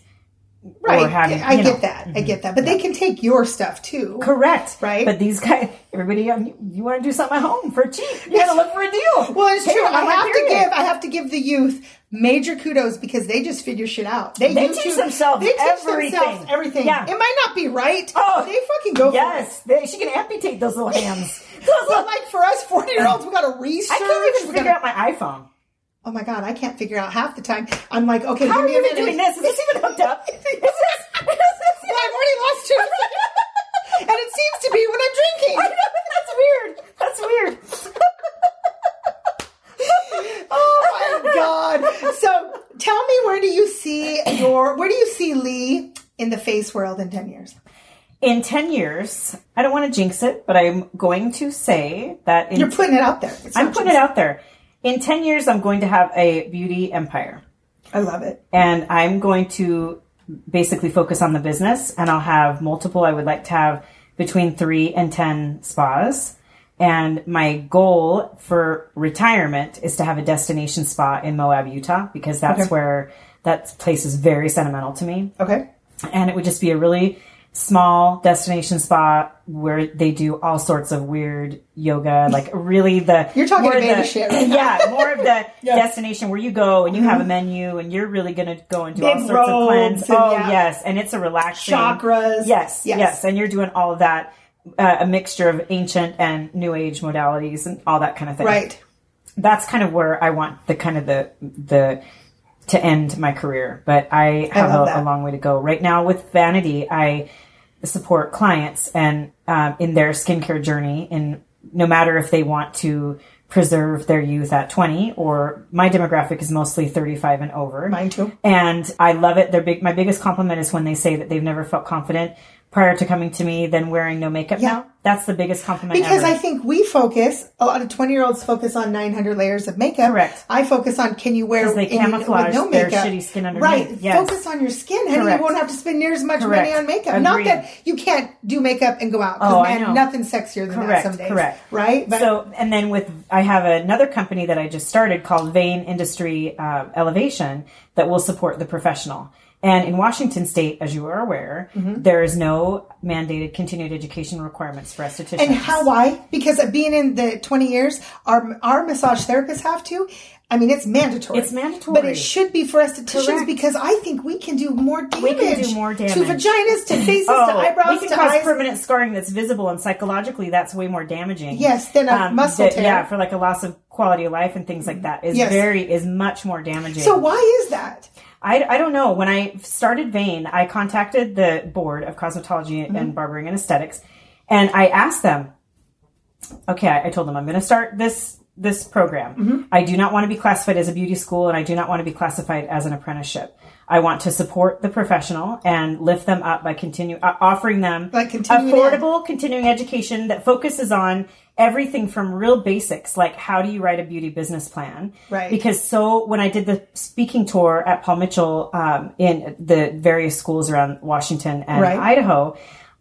[SPEAKER 1] Right.
[SPEAKER 2] having-
[SPEAKER 1] I
[SPEAKER 2] you know.
[SPEAKER 1] get
[SPEAKER 2] Mm-hmm.
[SPEAKER 1] that. I get that. But they can take your stuff too.
[SPEAKER 2] Correct.
[SPEAKER 1] Right.
[SPEAKER 2] But these guys, everybody, um, you, want to do something at home for cheap. You got to look for a deal.
[SPEAKER 1] Well, it's
[SPEAKER 2] Hey,
[SPEAKER 1] true.
[SPEAKER 2] I'm
[SPEAKER 1] I
[SPEAKER 2] on my
[SPEAKER 1] have to
[SPEAKER 2] period.
[SPEAKER 1] give. I have to give the youth major kudos because they just figure shit out. They,
[SPEAKER 2] They
[SPEAKER 1] YouTube-
[SPEAKER 2] teach themselves
[SPEAKER 1] They teach themselves
[SPEAKER 2] everything.
[SPEAKER 1] everything.
[SPEAKER 2] Yeah.
[SPEAKER 1] It might not be right.
[SPEAKER 2] Oh,
[SPEAKER 1] they fucking go. For it.
[SPEAKER 2] Yes, they, she can amputate those little
[SPEAKER 1] [laughs]
[SPEAKER 2] hands. Those
[SPEAKER 1] But
[SPEAKER 2] little,
[SPEAKER 1] like for us forty year olds, we got to research.
[SPEAKER 2] I can't
[SPEAKER 1] we
[SPEAKER 2] even
[SPEAKER 1] gotta-
[SPEAKER 2] figure out my iPhone.
[SPEAKER 1] oh my god, I can't figure out half the time. I'm like, okay,
[SPEAKER 2] How
[SPEAKER 1] give
[SPEAKER 2] are
[SPEAKER 1] me
[SPEAKER 2] you
[SPEAKER 1] a minute.
[SPEAKER 2] even doing this? Is this even
[SPEAKER 1] [laughs]
[SPEAKER 2] hooked up? Is this? Is this
[SPEAKER 1] Well, I've already lost two. [laughs] and it seems to be when
[SPEAKER 2] [laughs]
[SPEAKER 1] I'm
[SPEAKER 2] I
[SPEAKER 1] drinking.
[SPEAKER 2] know, that's weird. That's weird.
[SPEAKER 1] Oh my god! So tell me, where do you see your? Where do you see Lee in the face world in ten years?
[SPEAKER 2] In 10 years, I don't want to jinx it, but I'm going to say that in
[SPEAKER 1] You're putting it out there. It's
[SPEAKER 2] I'm
[SPEAKER 1] not
[SPEAKER 2] putting
[SPEAKER 1] just-
[SPEAKER 2] it out there. In 10 years, I'm going to have a beauty empire.
[SPEAKER 1] I love it.
[SPEAKER 2] and I'm going to basically focus on the business and I'll have multiple I would like to have between 3 and 10 spas and my goal for retirement is to have a destination spa in Moab, Utah because that's where that place is very sentimental to me
[SPEAKER 1] Okay.
[SPEAKER 2] and it would just be a really small destination spa where they do all sorts of weird yoga, like really the
[SPEAKER 1] [laughs] You're talking
[SPEAKER 2] more
[SPEAKER 1] to
[SPEAKER 2] of
[SPEAKER 1] baby
[SPEAKER 2] the-
[SPEAKER 1] shit
[SPEAKER 2] [laughs]
[SPEAKER 1] right Mm-hmm.
[SPEAKER 2] yeah, more
[SPEAKER 1] [laughs]
[SPEAKER 2] of the destination where you go and you have a menu and you're really gonna go and do all
[SPEAKER 1] Big
[SPEAKER 2] sorts of
[SPEAKER 1] robes
[SPEAKER 2] cleanse.
[SPEAKER 1] and
[SPEAKER 2] oh
[SPEAKER 1] yeah.
[SPEAKER 2] yes, and it's a relaxing
[SPEAKER 1] Chakras.
[SPEAKER 2] Yes,
[SPEAKER 1] Yes.
[SPEAKER 2] yes, and you're doing all of that. Uh, a mixture of ancient and new age modalities and all that kind of thing
[SPEAKER 1] Right.
[SPEAKER 2] that's kind of where I want the kind of the the to end my career. But I have
[SPEAKER 1] love
[SPEAKER 2] a,
[SPEAKER 1] that.
[SPEAKER 2] a long way to go. Right now with Vanity, I support clients and um, in their skincare journey, and no matter if they want to preserve their youth at 20 or my demographic is mostly 35 and over
[SPEAKER 1] Mine too.
[SPEAKER 2] and i love it their big my biggest compliment is when they say that they've never felt confident prior to coming to me than wearing no makeup
[SPEAKER 1] Yeah.
[SPEAKER 2] now that's the biggest compliment
[SPEAKER 1] Because
[SPEAKER 2] ever.
[SPEAKER 1] I think we focus a lot of twenty year olds focus on nine hundred layers of makeup.
[SPEAKER 2] Correct.
[SPEAKER 1] I focus on can you wear
[SPEAKER 2] they
[SPEAKER 1] in- with
[SPEAKER 2] camouflage
[SPEAKER 1] no
[SPEAKER 2] their
[SPEAKER 1] makeup.
[SPEAKER 2] shitty skin underneath.
[SPEAKER 1] Right.
[SPEAKER 2] Yes.
[SPEAKER 1] Focus on your skin, and you
[SPEAKER 2] Correct.
[SPEAKER 1] won't have to spend near as much
[SPEAKER 2] Correct.
[SPEAKER 1] money on makeup. Not
[SPEAKER 2] Agreed.
[SPEAKER 1] that you can't do makeup and go out. 'cause
[SPEAKER 2] Oh, I know.
[SPEAKER 1] Nothing's sexier than that.
[SPEAKER 2] Correct,
[SPEAKER 1] Some days.
[SPEAKER 2] correct.
[SPEAKER 1] Right. But
[SPEAKER 2] so and then with i have another company that i just started called vein industry uh, elevation that will support the professional And in Washington state, as you are aware, there is no mandated continued education requirements for estheticians.
[SPEAKER 1] And how? Why? Because of being in the twenty years, our our massage therapists have to. I mean, it's mandatory.
[SPEAKER 2] It's mandatory.
[SPEAKER 1] but it should be for estheticians
[SPEAKER 2] Correct.
[SPEAKER 1] because I think we can do more damage.
[SPEAKER 2] can do more
[SPEAKER 1] to
[SPEAKER 2] damage.
[SPEAKER 1] vaginas,
[SPEAKER 2] [clears throat]
[SPEAKER 1] to faces,
[SPEAKER 2] Oh,
[SPEAKER 1] to eyebrows,
[SPEAKER 2] we
[SPEAKER 1] to
[SPEAKER 2] can cause
[SPEAKER 1] eyes.
[SPEAKER 2] permanent scarring that's visible, and psychologically, that's way more damaging. Um,
[SPEAKER 1] Yes, than a muscle
[SPEAKER 2] that- Mm-hmm.
[SPEAKER 1] tear.
[SPEAKER 2] Yeah, for like a loss of quality of life and things like that is
[SPEAKER 1] Yes.
[SPEAKER 2] very is much more damaging.
[SPEAKER 1] so why is that?
[SPEAKER 2] I, I don't know. When I started Vane, I contacted the board of cosmetology
[SPEAKER 1] Mm-hmm.
[SPEAKER 2] and barbering and aesthetics, and I asked them. Okay, I, I told them I'm going to start this this program.
[SPEAKER 1] Mm-hmm.
[SPEAKER 2] I do not want to be classified as a beauty school, and I do not want to be classified as an apprenticeship. I want to support the professional and lift them up by continue uh, offering them
[SPEAKER 1] Like continuing ed.
[SPEAKER 2] affordable continuing education that focuses on everything from real basics like how do you write a beauty business plan
[SPEAKER 1] Right.
[SPEAKER 2] because so when I did the speaking tour at Paul Mitchell um, in the various schools around Washington and
[SPEAKER 1] Right.
[SPEAKER 2] Idaho,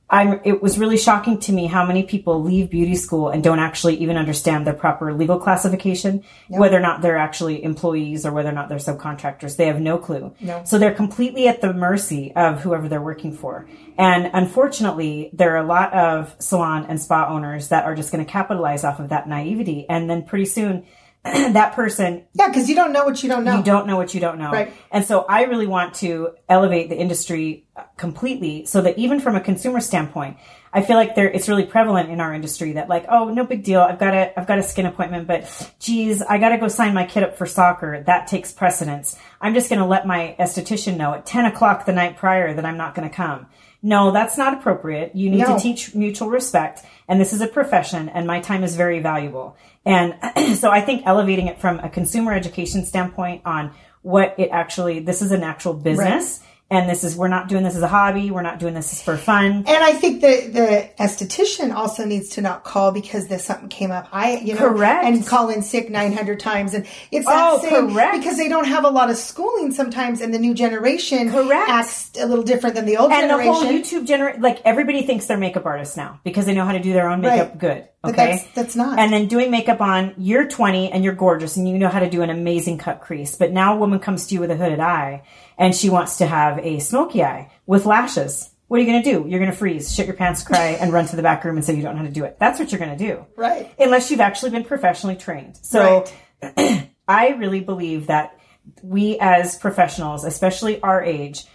[SPEAKER 2] I'm, it was really shocking to me how many people leave beauty school and don't actually even understand their proper legal classification, whether or not they're actually employees or whether or not they're subcontractors. They have no clue.
[SPEAKER 1] No.
[SPEAKER 2] So they're completely at the mercy of whoever they're working for. And unfortunately, there are a lot of salon and spa owners that are just going to capitalize off of that naivety. And then pretty soon, [clears throat] that person
[SPEAKER 1] Yeah, because you don't know what you don't know.
[SPEAKER 2] you don't know what you don't know.
[SPEAKER 1] Right.
[SPEAKER 2] And so I really want to elevate the industry uh, completely so that even from a consumer standpoint, I feel like there it's really prevalent in our industry that like, oh, no big deal. I've got a I've got a skin appointment, but geez, I gotta go sign my kid up for soccer. That takes precedence. I'm just gonna let my esthetician know at ten o'clock the night prior that I'm not gonna come. No, that's not appropriate. You need
[SPEAKER 1] No.
[SPEAKER 2] to teach mutual respect. And this is a profession, and my time is very valuable. And [clears throat] so I think elevating it from a consumer education standpoint on what it actually, this is an actual business. And this is, we're not doing this as a hobby. We're not doing this for fun.
[SPEAKER 1] And I think the the esthetician also needs to not call because there's something came up. I you know
[SPEAKER 2] Correct.
[SPEAKER 1] and call in sick nine hundred times and it's that
[SPEAKER 2] Oh,
[SPEAKER 1] same
[SPEAKER 2] correct.
[SPEAKER 1] because they don't have a lot of schooling sometimes and the new generation
[SPEAKER 2] Correct.
[SPEAKER 1] acts a little different than the old
[SPEAKER 2] And the
[SPEAKER 1] generation.
[SPEAKER 2] whole YouTube generation, like everybody thinks they're makeup artists now because they know how to do their own makeup
[SPEAKER 1] Right.
[SPEAKER 2] good. Okay.
[SPEAKER 1] But that's- that's not.
[SPEAKER 2] And then doing makeup on, you're 20 and you're gorgeous and you know how to do an amazing cut crease. But now a woman comes to you with a hooded eye and she wants to have a smoky eye with lashes. What are you going to do? You're going to freeze, shit your pants, cry, and run to the back room and say you don't know how to do it. That's what you're going to do.
[SPEAKER 1] Right.
[SPEAKER 2] Unless you've actually been professionally trained. So
[SPEAKER 1] Right.
[SPEAKER 2] [clears throat] I really believe that we as professionals, especially our age,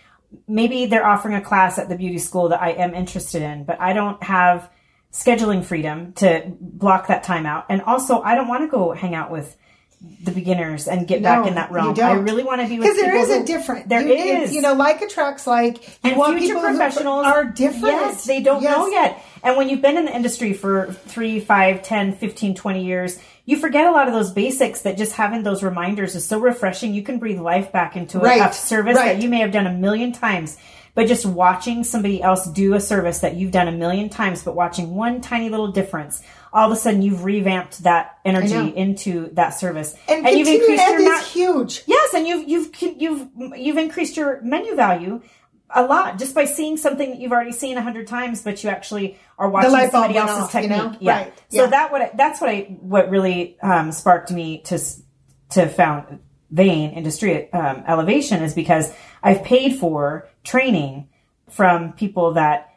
[SPEAKER 2] maybe they're offering a class at the beauty school that I am interested in, but I don't have scheduling freedom to block that time out. And also, I don't want to go hang out with the beginners and get back
[SPEAKER 1] No,
[SPEAKER 2] in that
[SPEAKER 1] you
[SPEAKER 2] realm.
[SPEAKER 1] don't.
[SPEAKER 2] I really want to be with
[SPEAKER 1] because there
[SPEAKER 2] people
[SPEAKER 1] is a
[SPEAKER 2] who-
[SPEAKER 1] different
[SPEAKER 2] There
[SPEAKER 1] you, it's,
[SPEAKER 2] is.
[SPEAKER 1] you know like attracts like you
[SPEAKER 2] and
[SPEAKER 1] want
[SPEAKER 2] future
[SPEAKER 1] people who
[SPEAKER 2] professionals
[SPEAKER 1] are different
[SPEAKER 2] Yes, they don't
[SPEAKER 1] Yes.
[SPEAKER 2] know yet. And when you've been in the industry for 3, 5, 10, 15, 20 years, you forget a lot of those basics that just having those reminders is so refreshing. You can breathe life back into a-
[SPEAKER 1] Right,
[SPEAKER 2] a service
[SPEAKER 1] right.
[SPEAKER 2] that you may have done a million times. But just watching somebody else do a service that you've done a million times, but watching one tiny little difference, all of a sudden you've revamped that
[SPEAKER 1] know.
[SPEAKER 2] energy into that service,
[SPEAKER 1] and,
[SPEAKER 2] you've
[SPEAKER 1] continued
[SPEAKER 2] increased
[SPEAKER 1] ed
[SPEAKER 2] your ma-
[SPEAKER 1] is huge
[SPEAKER 2] Yes, and you've you've you've you've increased your menu value a lot just by seeing something that you've already seen a hundred times, but you actually are watching
[SPEAKER 1] light bulb
[SPEAKER 2] somebody
[SPEAKER 1] went
[SPEAKER 2] else's
[SPEAKER 1] off, you
[SPEAKER 2] technique.
[SPEAKER 1] know?
[SPEAKER 2] Yeah.
[SPEAKER 1] Right, yeah.
[SPEAKER 2] So that what I, that's what I what really um, sparked me to s- to found Vane Industry um, Elevation is because I've paid for training from people that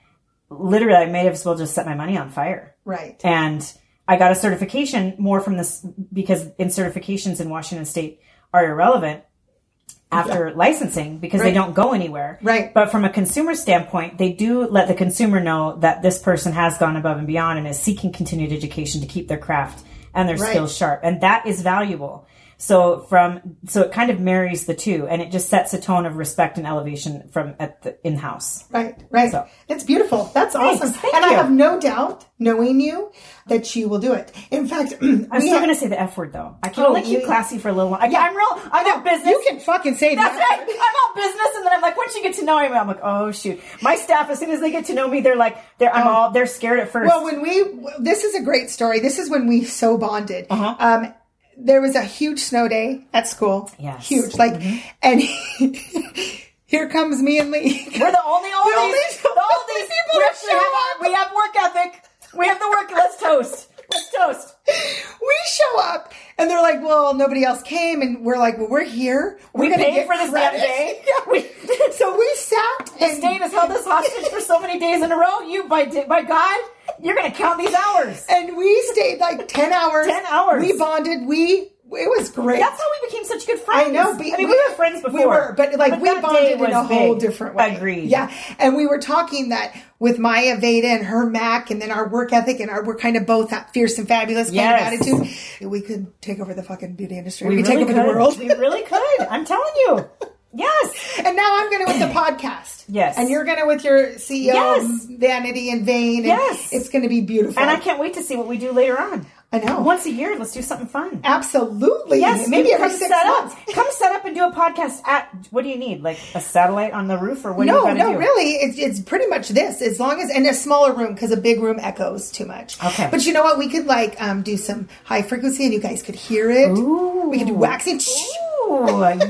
[SPEAKER 2] literally I may as well just set my money on fire
[SPEAKER 1] right
[SPEAKER 2] and I got a certification more from this because in certifications in Washington State are irrelevant after licensing because they don't go anywhere.
[SPEAKER 1] Right.
[SPEAKER 2] But from a consumer standpoint, they do let the consumer know that this person has gone above and beyond and is seeking continued education to keep their craft and their skills sharp. And that is valuable. So from so it kind of marries the two and it just sets a tone of respect and elevation from at the in house.
[SPEAKER 1] Right, right.
[SPEAKER 2] So-
[SPEAKER 1] It's beautiful. That's awesome.
[SPEAKER 2] Thank
[SPEAKER 1] and I
[SPEAKER 2] you.
[SPEAKER 1] have no doubt, knowing you, that you will do it. In fact, [clears throat] I'm
[SPEAKER 2] I'm still gonna say the F word though. I can
[SPEAKER 1] Oh,
[SPEAKER 2] only keep
[SPEAKER 1] you-
[SPEAKER 2] classy for a little while. I, I'm real I'm a business.
[SPEAKER 1] [laughs] You can fucking say
[SPEAKER 2] That's
[SPEAKER 1] that.
[SPEAKER 2] right. I'm all business, and then I'm like, once you get to know me, I'm like, oh shoot. My staff, as soon as they get to know me, they're like, they're I'm all they're scared at first.
[SPEAKER 1] Oh. Well, when we, this is a great story. This is when we so bonded.
[SPEAKER 2] Uh-huh.
[SPEAKER 1] Um, there was a huge snow day at school.
[SPEAKER 2] Yes. Mm-hmm.
[SPEAKER 1] Huge. Like, and [laughs] here comes me and Lee.
[SPEAKER 2] we're the only oldies.
[SPEAKER 1] only-
[SPEAKER 2] the oldies.
[SPEAKER 1] people
[SPEAKER 2] We
[SPEAKER 1] that
[SPEAKER 2] actually
[SPEAKER 1] show
[SPEAKER 2] have,
[SPEAKER 1] up.
[SPEAKER 2] we have work ethic. We have the work. Let's toast.
[SPEAKER 3] Let's toast.
[SPEAKER 1] we show up and they're like, well, nobody else came. And we're like, well, we're here. We're
[SPEAKER 3] We
[SPEAKER 1] gonna
[SPEAKER 3] paid
[SPEAKER 1] get
[SPEAKER 3] for this
[SPEAKER 1] credit."
[SPEAKER 3] damn day.
[SPEAKER 1] yeah, we, so we sat
[SPEAKER 3] The
[SPEAKER 1] and,
[SPEAKER 3] state has held us hostage for so many days in a row. You, by di- by God, you're going to count these hours.
[SPEAKER 1] and we
[SPEAKER 3] [laughs]
[SPEAKER 1] stayed like 10 hours.
[SPEAKER 3] 10 hours.
[SPEAKER 1] We bonded. We, it was great.
[SPEAKER 3] That's how we became such good friends.
[SPEAKER 1] I know.
[SPEAKER 3] I mean, we were friends before.
[SPEAKER 1] We were, but like we
[SPEAKER 3] that day
[SPEAKER 1] bonded in
[SPEAKER 3] was
[SPEAKER 1] a whole
[SPEAKER 3] big.
[SPEAKER 1] different way.
[SPEAKER 2] Agreed.
[SPEAKER 1] Yeah, and we were talking that with Maya Veda and her Mac, and then our work ethic, and our we're kind of both that fierce and fabulous kind
[SPEAKER 2] Yes.
[SPEAKER 1] of attitude. We could take over the fucking beauty industry. We,
[SPEAKER 2] We
[SPEAKER 1] could
[SPEAKER 2] really
[SPEAKER 1] take over the
[SPEAKER 2] could.
[SPEAKER 1] world.
[SPEAKER 2] We really could. I'm telling
[SPEAKER 1] [laughs]
[SPEAKER 2] you. Yes.
[SPEAKER 1] And now I'm going to with
[SPEAKER 2] [clears throat]
[SPEAKER 1] the podcast.
[SPEAKER 2] Yes.
[SPEAKER 1] And you're going to with your CEO
[SPEAKER 2] Yes.
[SPEAKER 1] vanity and vain. And
[SPEAKER 2] Yes.
[SPEAKER 1] It's going to be beautiful.
[SPEAKER 2] And I can't wait to see what we do later on.
[SPEAKER 1] I know.
[SPEAKER 2] Once a year, let's do something fun.
[SPEAKER 1] Absolutely.
[SPEAKER 2] Yes,
[SPEAKER 1] Maybe
[SPEAKER 2] you
[SPEAKER 1] every
[SPEAKER 2] come
[SPEAKER 1] six
[SPEAKER 2] set
[SPEAKER 1] months. [laughs]
[SPEAKER 2] up. Come set up and do a podcast at what do you need? Like a satellite on the roof or what do you
[SPEAKER 1] No,
[SPEAKER 2] gotta
[SPEAKER 1] no,
[SPEAKER 2] do?
[SPEAKER 1] really, it's, it's pretty much this. As long as and a smaller room because a big room echoes too much.
[SPEAKER 2] Okay.
[SPEAKER 1] but you know what? We could like um, do some high frequency, and you guys could hear it. We could do waxing.
[SPEAKER 2] Ooh,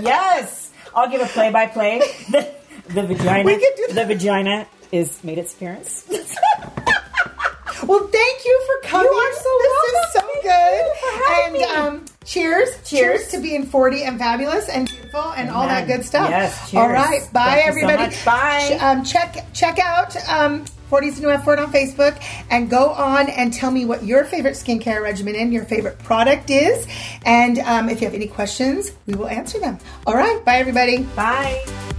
[SPEAKER 2] yes. I'll give a play by play. [laughs] The the vagina
[SPEAKER 1] We could do that.
[SPEAKER 3] The vagina is made its appearance.
[SPEAKER 1] Well, thank you for coming.
[SPEAKER 2] You are so
[SPEAKER 1] this is so good.
[SPEAKER 2] for having
[SPEAKER 1] and
[SPEAKER 2] me.
[SPEAKER 1] um, cheers,
[SPEAKER 2] Cheers.
[SPEAKER 1] to being forty and fabulous and beautiful and all that
[SPEAKER 2] Amen.
[SPEAKER 1] good stuff.
[SPEAKER 2] Yes, cheers.
[SPEAKER 1] All right. Bye,
[SPEAKER 2] Thank you so
[SPEAKER 1] everybody.
[SPEAKER 2] much. Bye.
[SPEAKER 1] Ch- um, check check out um, 40s New F Word on Facebook and go on and tell me what your favorite skincare regimen and your favorite product is. And um, if you have any questions, we will answer them. All right. Bye, everybody.
[SPEAKER 2] Bye.